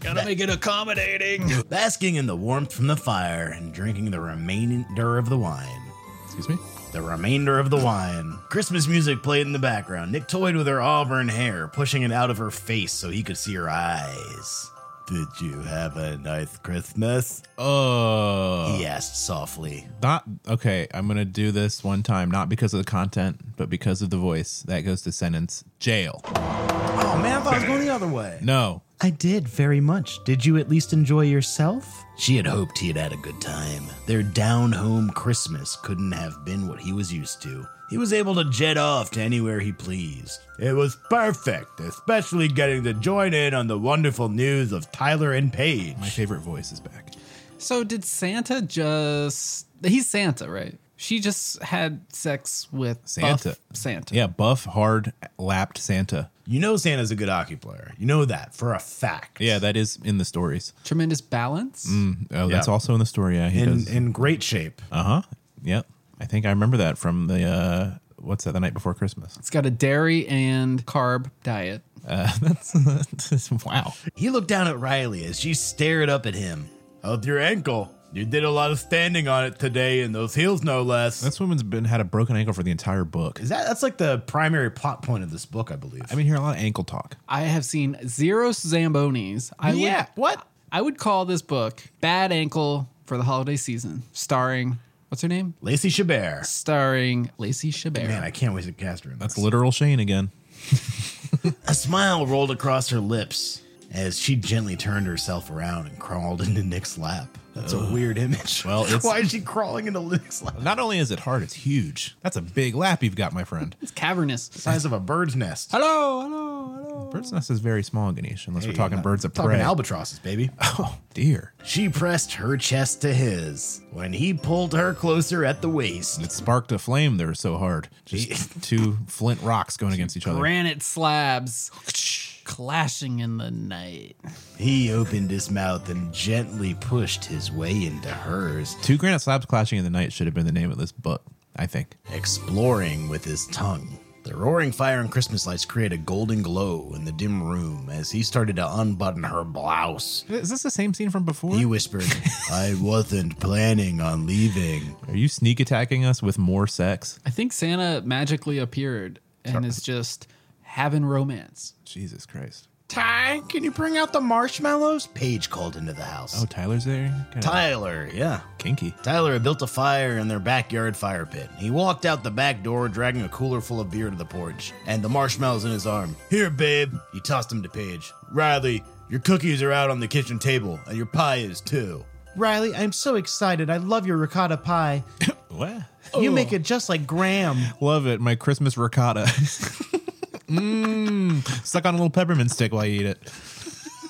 C: Gotta make it accommodating.
B: basking in the warmth from the fire and drinking the remainder of the wine.
A: Excuse me?
B: The remainder of the wine. Christmas music played in the background. Nick toyed with her auburn hair, pushing it out of her face so he could see her eyes. Did you have a nice Christmas?
A: Oh.
B: He asked softly.
A: Not okay. I'm gonna do this one time, not because of the content, but because of the voice. That goes to sentence jail.
B: Oh man, I thought I was going the other way.
A: No.
G: I did very much. Did you at least enjoy yourself?
B: She had hoped he had had a good time. Their down home Christmas couldn't have been what he was used to. He was able to jet off to anywhere he pleased. It was perfect, especially getting to join in on the wonderful news of Tyler and Paige.
A: My favorite voice is back.
C: So did Santa just? He's Santa, right? She just had sex with Santa.
A: Santa.
C: Santa.
A: Yeah, buff, hard, lapped Santa.
B: You know Santa's a good hockey player. You know that for a fact.
A: Yeah, that is in the stories.
C: Tremendous balance.
B: Mm.
A: Oh, that's
B: Yeah.
A: also in the story. Yeah, he
B: in
A: does.
B: in great shape.
A: Uh huh. Yep. I think I remember that from the uh, what's that? The night before Christmas.
C: It's got a dairy and carb diet.
A: Uh, that's, that's wow.
B: He looked down at Riley as she stared up at him. How's your ankle? You did a lot of standing on it today, and those heels no less.
A: This woman's been had a broken ankle for the entire book.
B: Is that that's like the primary plot point of this book, I believe.
A: I mean, hear a lot of ankle talk.
C: I have seen zero Zambonis. I
B: Yeah,
C: Would,
B: what?
C: I would call this book "Bad Ankle for the Holiday Season," starring what's her name?
B: Lacey Chabert.
C: Starring Lacey Chabert.
B: Man, I can't wait to cast her in
A: That's
B: this.
A: literal Shane again.
B: A smile rolled across her lips as she gently turned herself around and crawled into Nick's lap. That's a weird image.
A: Well, it's-
B: why is she crawling into Nick's lap?
A: Not only is it hard, it's huge. That's a big lap you've got, my friend.
C: It's cavernous.
B: Size of a bird's nest.
C: hello, hello, hello.
A: Bird's nest is very small, Ganesh, unless we're talking birds of
B: Talking
A: prey.
B: albatrosses, baby.
A: oh dear,
B: She pressed her chest to his when he pulled her closer at the waist.
A: it sparked a flame there so hard. Just two flint rocks going against each other.
C: Granite slabs clashing in the night.
B: He opened his mouth and gently pushed his way into hers,
A: Two granite slabs clashing in the night should have been the name of this book, I think.
B: exploring with his tongue. The roaring fire and Christmas lights create a golden glow in the dim room as he started to unbutton her blouse.
A: Is this the same scene from before?
B: He whispered, I wasn't planning on leaving.
A: Are you sneak attacking us with more sex?
C: I think Santa magically appeared and is just having romance.
A: Jesus Christ!
B: Ty, can you bring out the marshmallows? Paige called into the house.
A: Oh, Tyler's there. Kinda
B: Tyler, yeah.
A: kinky.
B: Tyler had built a fire in their backyard fire pit. He walked out the back door, dragging a cooler full of beer to the porch and the marshmallows in his arm. Here, babe. He tossed them to Paige. Riley, your cookies are out on the kitchen table, and your pie is too.
G: Riley, I'm so excited. I love your ricotta pie.
A: What?
G: You
B: Oh.
G: make it just like Graham.
A: Love it. My Christmas ricotta. Mmm. Suck on a little peppermint stick while you eat it.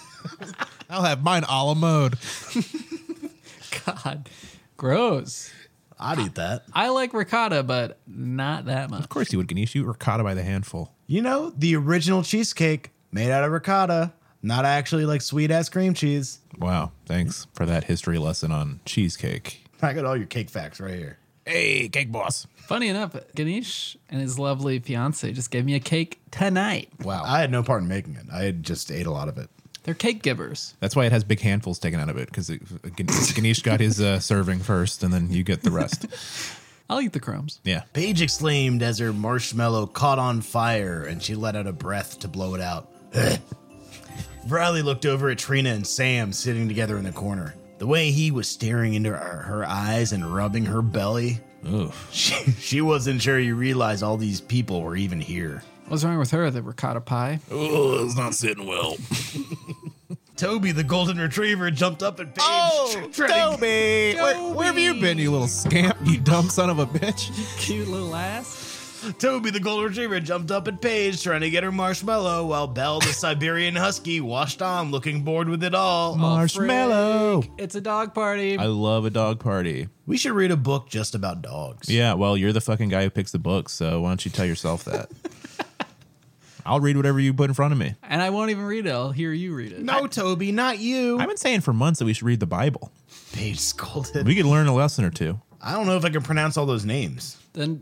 A: I'll have mine a la mode.
C: God, gross.
B: I'd eat that.
C: I like ricotta, but not that much.
A: Of course you would, Ganesh. You ricotta by the handful.
B: You know, the original cheesecake made out of ricotta, not actually like sweet ass cream cheese.
A: Wow. Thanks for that history lesson on cheesecake.
B: I got all your cake facts right here.
A: Hey, cake boss.
C: Funny enough, Ganesh and his lovely fiance just gave me a cake tonight.
B: Wow. I had no part in making it. I had just ate a lot of it.
C: They're cake givers.
A: That's why it has big handfuls taken out of it because Ganesh got his uh, serving first, and then you get the rest.
C: I'll eat the crumbs.
A: Yeah.
B: Paige exclaimed as her marshmallow caught on fire and she let out a breath to blow it out. Riley looked over at Trina and Sam sitting together in the corner. The way he was staring into her, her eyes and rubbing her belly,
A: Oof.
B: she, she wasn't sure you realized all these people were even here.
C: What's wrong with her? The ricotta pie.
A: Oh, it's not sitting well.
B: Toby, the golden retriever, jumped up at Paige. Oh,
A: Toby, Where, where have you been, you little scamp? You dumb son of a bitch.
C: Cute little ass.
B: Toby the golden retriever jumped up at Paige trying to get her marshmallow, while Belle the Siberian husky washed on, looking bored with it all.
A: Marshmallow.
C: It's a dog party.
A: I love a dog party.
B: We should read a book just about dogs.
A: Yeah, well, you're the fucking guy who picks the books, so why don't you tell yourself that? I'll read whatever you put in front of me.
C: and I won't even read it. I'll hear you read it.
B: No, Toby, not you.
A: I've been saying for months that we should read the Bible.
B: Paige scolded.
A: We could learn a lesson or two.
B: I don't know if I can pronounce all those names.
C: Then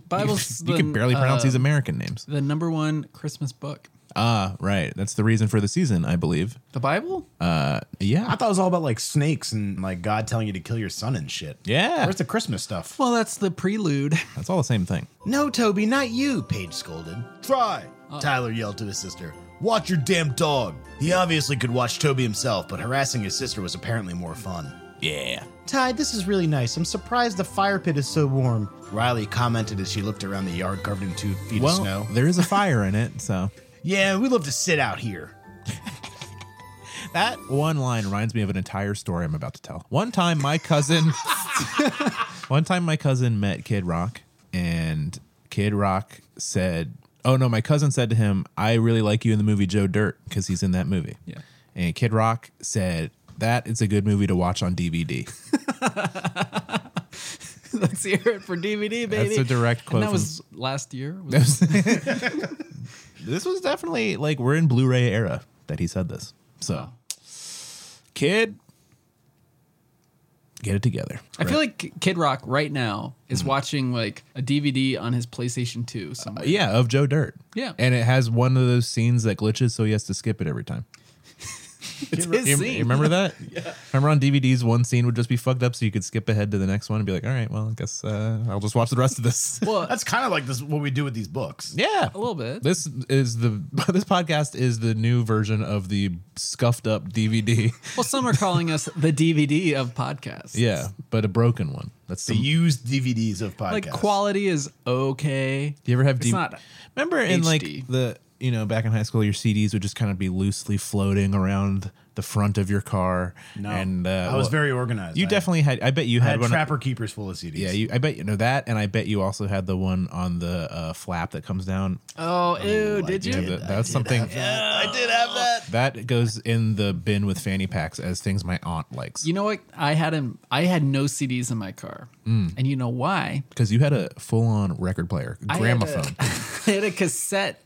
C: Bible's
A: you
C: the,
A: can barely pronounce
C: uh,
A: these American names.
C: the number one Christmas book.
A: Ah, right. That's the reason for the season, I believe.
C: The Bible?
A: Uh. Yeah.
B: I thought it was all about like snakes and like God telling you to kill your son and shit.
A: Yeah.
B: Where's the Christmas stuff?
C: well, that's the prelude.
A: That's all the same thing.
B: No, Toby, not you, Paige scolded. Try, Tyler yelled to his sister. Watch your damn dog. He obviously could watch Toby himself, but harassing his sister was apparently more fun.
A: Yeah.
B: Ty, this is really nice. I'm surprised the fire pit is so warm. Riley commented as she looked around the yard covered in two feet
A: Well,
B: of snow.
A: there is a fire in it, so
B: Yeah, we love to sit out here.
A: that one line reminds me of an entire story I'm about to tell. One time, my cousin, one time my cousin met Kid Rock, and Kid Rock said, "Oh no!" My cousin said to him, "I really like you in the movie Joe Dirt because he's in that movie."
C: Yeah.
A: and Kid Rock said, "That is a good movie to watch on DVD."
C: Let's hear it for DVD, baby.
A: That's a direct
C: And
A: quote.
C: that
A: from-
C: was last year. Was
A: this was definitely like we're in Blu-ray era that he said this. So, kid, get it together.
C: I feel like Kid Rock right now
A: Hmm.
C: is watching like a DVD on his PlayStation 2 somewhere.
A: Yeah, of Joe Dirt.
C: Yeah.
A: and it has one of those scenes that glitches, so he has to skip it every time.
C: it's
A: You,
C: his
A: you
C: scene.
A: remember that? yeah. Remember on DVDs, one scene would just be fucked up, so you could skip ahead to the next one and be like, "All right, well, I guess uh, I'll just watch the rest of this."
C: Well,
B: That's kind of like this what we do with these books.
A: yeah,
C: a little bit.
A: This is the this podcast is the new version of the scuffed up DVD.
C: Well, some are calling us the DVD of podcasts.
A: yeah, but a broken one. That's
B: The
A: the
B: used DVDs of podcasts.
C: Like quality is okay.
A: Do you ever have
C: It's
A: D-
C: not-
A: Remember in like
C: HD.
A: the you know back in high school, your CDs would just kind of be loosely floating around the front of your car. No, and uh,
B: I was
A: well,
B: very organized.
A: You
B: I-
A: definitely had. I bet you
B: I
A: had,
B: had
A: one.
B: trapper keepers full of CDs.
A: yeah, you, I bet you know that, and I bet you also had the one on the uh, flap that comes down.
C: Oh, ew, did you?
A: Yeah, that- that's something
B: I did have that.
A: that goes in the bin with fanny packs as things my aunt likes.
C: You know what? I had him. I had no CDs in my car,
A: Hmm.
C: and you know why?
A: Because you had a full-on record player,
C: I had a-
A: gramophone.
C: I had a cassette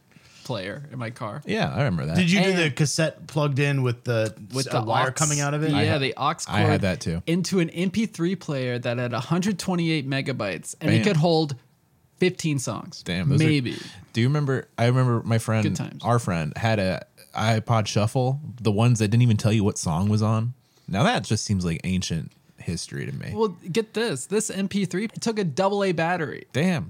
C: player in my car
A: yeah, I remember that.
B: Did you do
C: And-
B: the cassette plugged in with the
C: with
B: a
C: the
B: wire
C: aux-
B: coming out of it?
C: Yeah, the aux
A: I
C: cord
A: had that too.
C: Into an MP3 player that had 128 megabytes, and
A: Bam.
C: it could hold 15 songs.
A: Damn, those are-
C: maybe.
A: Do you remember? I remember my friend,
C: Good times.
A: our friend, had a iPod Shuffle, the ones that didn't even tell you what song was on. Now that just seems like ancient history to me.
C: well, get this. This MP3 it took a double A battery.
A: Damn,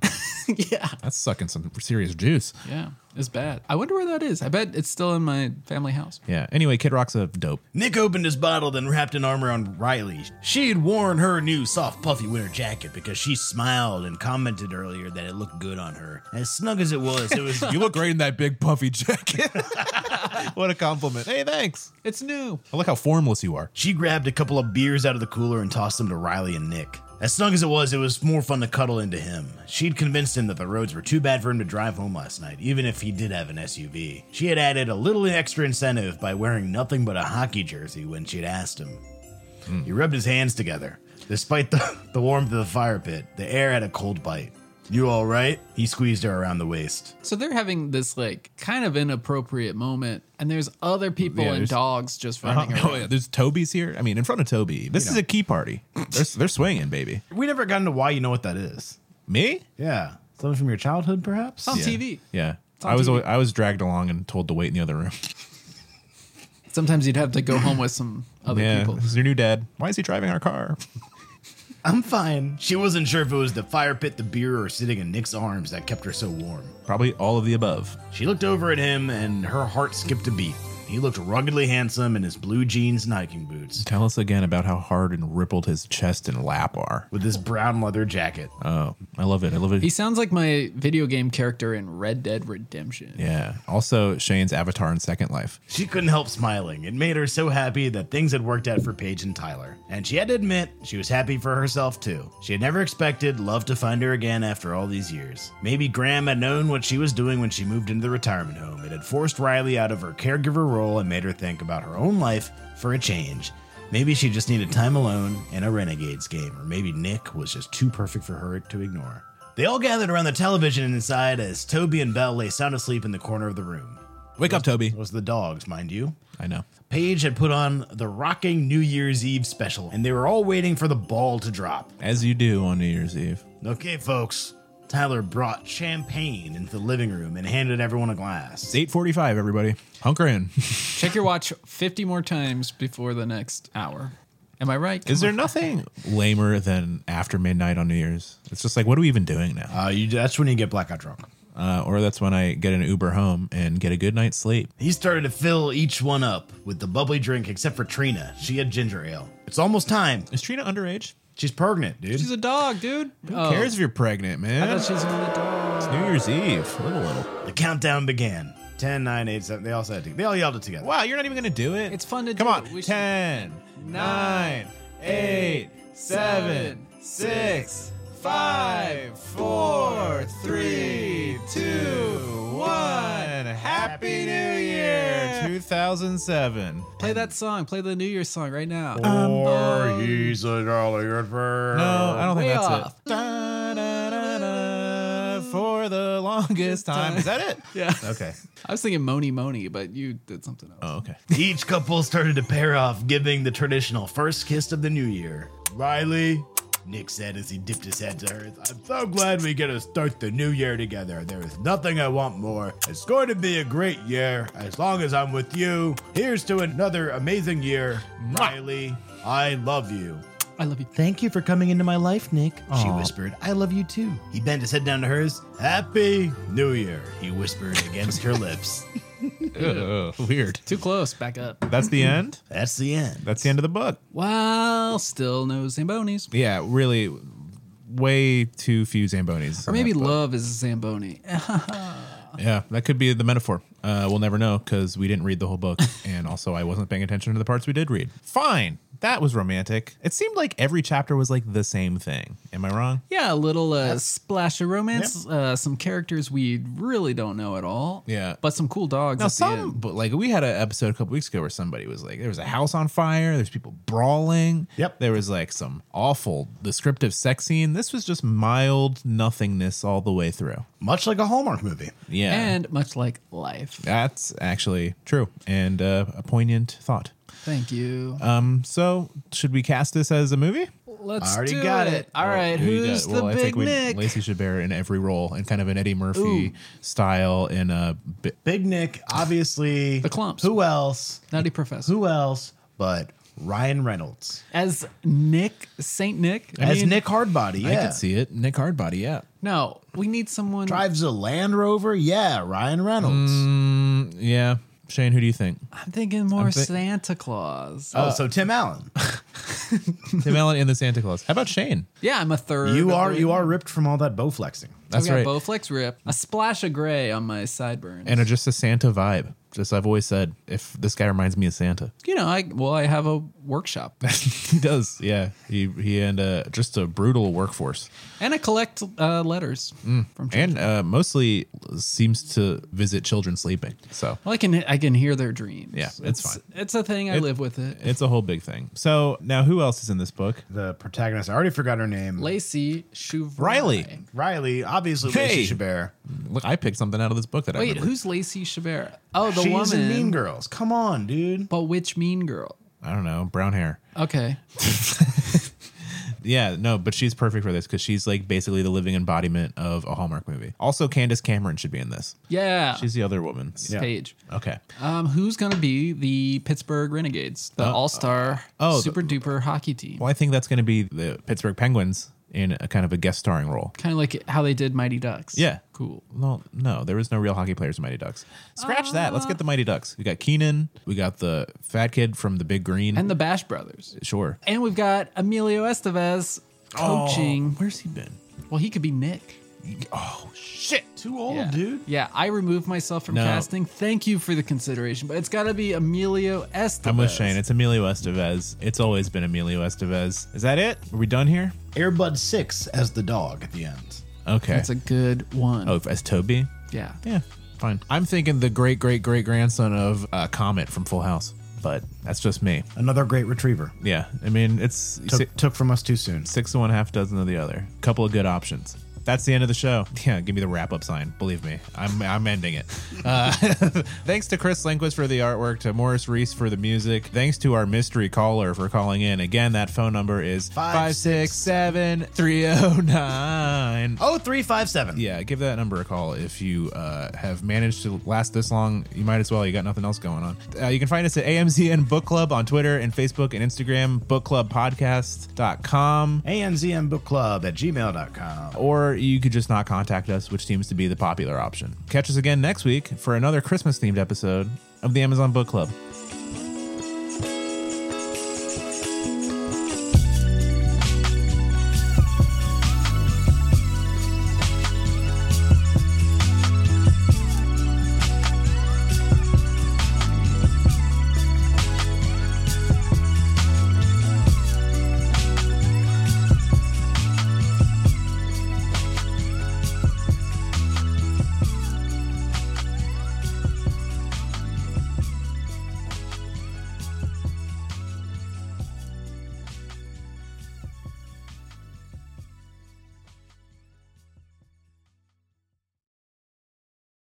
C: yeah.
A: that's sucking some serious juice.
C: Yeah, it's bad. I wonder where that is. I bet it's still in my family house.
A: Yeah. Anyway, Kid Rock's a dope.
B: Nick opened his bottle, then wrapped an arm around Riley. She had worn her new soft, puffy winter jacket because she smiled and commented earlier that it looked good on her. As snug as it was, it was.
A: You look great in that big puffy jacket. what a compliment. Hey, thanks.
C: It's new.
A: I like how formless you are.
B: she grabbed a couple of beers out of the cooler and tossed them to Riley and Nick. As snug as it was, it was more fun to cuddle into him. She'd convinced him that the roads were too bad for him to drive home last night, even if he did have an SUV. She had added a little extra incentive by wearing nothing but a hockey jersey when she'd asked him. He rubbed his hands together. Despite the, the warmth of the fire pit, the air had a cold bite. You all right? He squeezed her around the waist.
C: So they're having this like kind of inappropriate moment, and there's other people
A: Yeah,
C: and
A: there's-
C: dogs just
A: Uh-huh.
C: running
A: Oh,
C: around.
A: yeah, there's Toby's here. I mean, in front of Toby. This is a key party. They're, they're swinging, baby.
B: We never got into why you know what that is.
A: Me?
B: Yeah. Something from your childhood, perhaps?
C: It's on TV.
A: Yeah.
C: on
A: I was
C: TV.
A: alwa- I was dragged along and told to wait in the other room.
C: Sometimes you'd have to go home with some other
A: yeah,
C: people.
A: this is your new dad. Why is he driving our car?
B: I'm fine. She wasn't sure if it was the fire pit, the beer, or sitting in Nick's arms that kept her so warm.
A: Probably all of the above.
B: She looked over at him, and her heart skipped a beat. He looked ruggedly handsome in his blue jeans and hiking boots,
A: Tell us again about how hard and rippled his chest and lap are.
B: with his brown leather jacket.
A: Oh, I love it. I love it.
C: He sounds like my video game character in Red Dead Redemption.
A: yeah. Also, Shane's avatar in Second Life.
B: She couldn't help smiling. It made her so happy that things had worked out for Paige and Tyler. And she had to admit, she was happy for herself too. She had never expected love to find her again after all these years. Maybe Graham had known what she was doing when she moved into the retirement home. It had forced Riley out of her caregiver role and made her think about her own life for a change. Maybe she just needed time alone and a Renegades game, or maybe Nick was just too perfect for her to ignore. They all gathered around the television inside as Toby and Belle lay sound asleep in the corner of the room.
A: Wake up, Toby.
B: Those are the dogs, mind you.
A: I know.
B: Paige had put on the rocking New Year's Eve special, and they were all waiting for the ball to drop.
A: As you do on New Year's Eve.
B: Okay, folks. Tyler brought champagne into the living room and handed everyone a glass.
A: It's 8:45, everybody. Hunker in.
C: Check your watch 50 more times before the next hour. Am I right?
A: Is there nothing lamer than after midnight on New Year's? It's just like, what are we even doing now?
B: Uh, you, that's when you get blackout drunk.
A: Uh, or that's when I get an Uber home and get a good night's sleep.
B: He started to fill each one up with the bubbly drink, except for Trina. She had ginger ale. It's almost time.
A: Is Trina underage?
B: She's pregnant, dude.
C: She's a dog, dude.
A: Who cares if you're pregnant,
C: Oh. I
A: man?
C: thought she was one of the dogs.
A: It's New Year's Eve. Live a little.
B: the countdown began. 10, 9, 8, 7. They all said it. They all yelled it together.
A: Wow, you're not even going to do it.
C: It's fun to
A: Come
C: do.
A: on.
C: We should-
A: Ten, nine, eight, seven, six, five, four, three, two, one. Happy New Year 2007.
C: Play that song. Play the New Year's song right now.
B: Or he's a jolly good bird.
A: No, I don't think
C: Way
A: that's
C: off.
A: it. Da-da-da-da, for the longest time. Is that it?
C: yeah.
A: Okay.
C: I was thinking Moni Moni, but you did something else.
A: Oh, okay.
B: Each couple started to pair off, giving the traditional first kiss of the new year. Riley, Nick said as he dipped his head to hers, I'm so glad we get to start the new year together. There is nothing I want more. It's going to be a great year as long as I'm with you. Here's to another amazing year. Riley, I love you.
C: I love you.
G: Thank you for coming into my life, Nick.
B: She whispered.
G: I love you too.
B: He bent his head down to hers. Happy New Year, he whispered against her lips.
A: Weird.
C: Too close. Back up.
A: That's the end.
B: That's the end.
A: That's the end of the book.
C: Well, still no Zambonis.
A: Yeah, really, way too few zambonis.
C: Or maybe love is a Zamboni.
A: Yeah, that could be the metaphor. Uh, we'll never know because we didn't read the whole book, and also I wasn't paying attention to the parts we did read. Fine, that was romantic. It seemed like every chapter was like the same thing. Am I wrong?
C: Yeah, a little uh, splash of romance. Uh, some characters we really don't know at all.
A: Yeah.
C: but some cool dogs.
A: Now
C: at the
A: some,
C: end.
A: but like we had an episode a couple weeks ago where somebody was like, there was a house on fire. There's people brawling.
B: Yep.
A: There was like some awful descriptive sex scene. This was just mild nothingness all the way through.
B: Much like a Hallmark movie.
A: Yeah.
C: and much like life.
A: That's actually true and uh, a poignant thought.
C: Thank you.
A: Um, so should we cast this as a movie?
C: Let's
B: already
C: do
B: got
C: it.
B: it.
C: All right,
A: Who you got?
C: who's the
A: Well, I
C: big
A: think we-
C: Nick?
A: Lacey Chabert in every role and kind of an Eddie Murphy style in a bit.
B: Big Nick, obviously.
C: The clumps.
B: Who else?
C: Nutty Professor
B: Who else but Ryan Reynolds?
C: as Nick Saint Nick.
B: As
A: mean,
B: Nick Hardbody, yeah.
A: I could see it. Nick Hardbody, yeah.
C: No, we need someone.
B: Drives a Land Rover, yeah. Ryan Reynolds.
A: Yeah. Shane, who do you think?
C: I'm thinking more
A: thi-
C: Santa Claus.
B: oh, so Tim Allen.
A: Tim Allen in the Santa Claus. How about Shane?
C: yeah, I'm a third.
B: you are you are ripped from all that bow flexing.
A: That's
C: we got
A: right.
C: Bowflex rip, a splash of gray on my sideburns.
A: And a, just a Santa vibe. Just I've always said, if this guy reminds me of Santa,
C: You know, I well, I have a workshop,
A: he does. Yeah, he he and uh, just a brutal workforce,
C: and I collect uh, letters from
A: and
C: children.
A: uh, mostly seems to visit children sleeping. So
C: well, I can I can hear their dreams.
A: Yeah, it's fine.
C: It's a thing. I live with it.
A: it's a whole big thing. So now, who else is in this book?
E: The protagonist, I already forgot her name.
C: Lacey Chevrolet.
A: Riley.
E: Riley, obviously
A: Hey.
E: Lacey Chabert.
A: Look, I picked something out of this book that I
C: Wait,
A: remember.
C: who's Lacey Chabert? Oh, the
E: She's
C: woman.
E: in Mean Girls. Come on, dude.
C: But which mean girl?
A: I don't know, brown hair.
C: Okay.
A: Yeah, no, but she's perfect for this because she's like basically the living embodiment of a Hallmark movie. Also, Candace Cameron should be in this.
C: Yeah.
A: She's the other woman.
C: Page.
A: Okay.
C: Um, who's gonna be the Pittsburgh Renegades, the All Star,
A: Uh, oh, the-
C: super duper hockey team?
A: Well, I think that's going to be the Pittsburgh Penguins in a kind of a guest starring role.
C: Kind of like how they did Mighty Ducks.
A: Yeah.
C: Cool.
A: Well, no, there was no real hockey players in Mighty Ducks. Scratch that. Let's get the Mighty Ducks. We got Keenan. We got the fat kid from the Big Green.
C: And the Bash Brothers.
A: sure.
C: And we've got Emilio Estevez coaching.
A: Oh, Where's he been?
C: Well, he could be Nick.
E: Shit. Too old,
C: yeah.
E: dude.
C: Yeah, I removed myself from
A: Oh, No.
C: casting. Thank you for the consideration, but it's got to be Emilio Estevez.
A: I'm with Shane. It's Emilio Estevez. It's always been Emilio Estevez. Is that it? Are we done here?
B: Airbud 6 as the dog at the end.
A: Okay.
C: That's a good one.
A: oh, as Toby?
C: Yeah.
A: Yeah, fine. I'm thinking the great great great grandson of uh, Comet from Full House, but that's just me.
B: Another great retriever.
A: Yeah, I mean it's si-
B: Took, took from us too soon.
A: six of one, half dozen of the other. Couple of good options. That's the end of the show. Yeah, give me the wrap up sign. Believe me, I'm I'm ending it. Uh, thanks to Chris Linquist for the artwork, to Morris Reese for the music. Thanks to our mystery caller for calling in. Again, that phone number is five six seven three zero nine.
B: Oh, 0357.
A: Yeah, give that number a call if you uh, have managed to last this long. You might as well. You got nothing else going on. Uh, you can find us at AMZN Book Club on Twitter and Facebook and Instagram, bookclubpodcast.com.
B: ANZM Book Club at gmail.com.
A: Or you could just not contact us, which seems to be the popular option. Catch us again next week for another Christmas themed episode of the Amazon Book Club.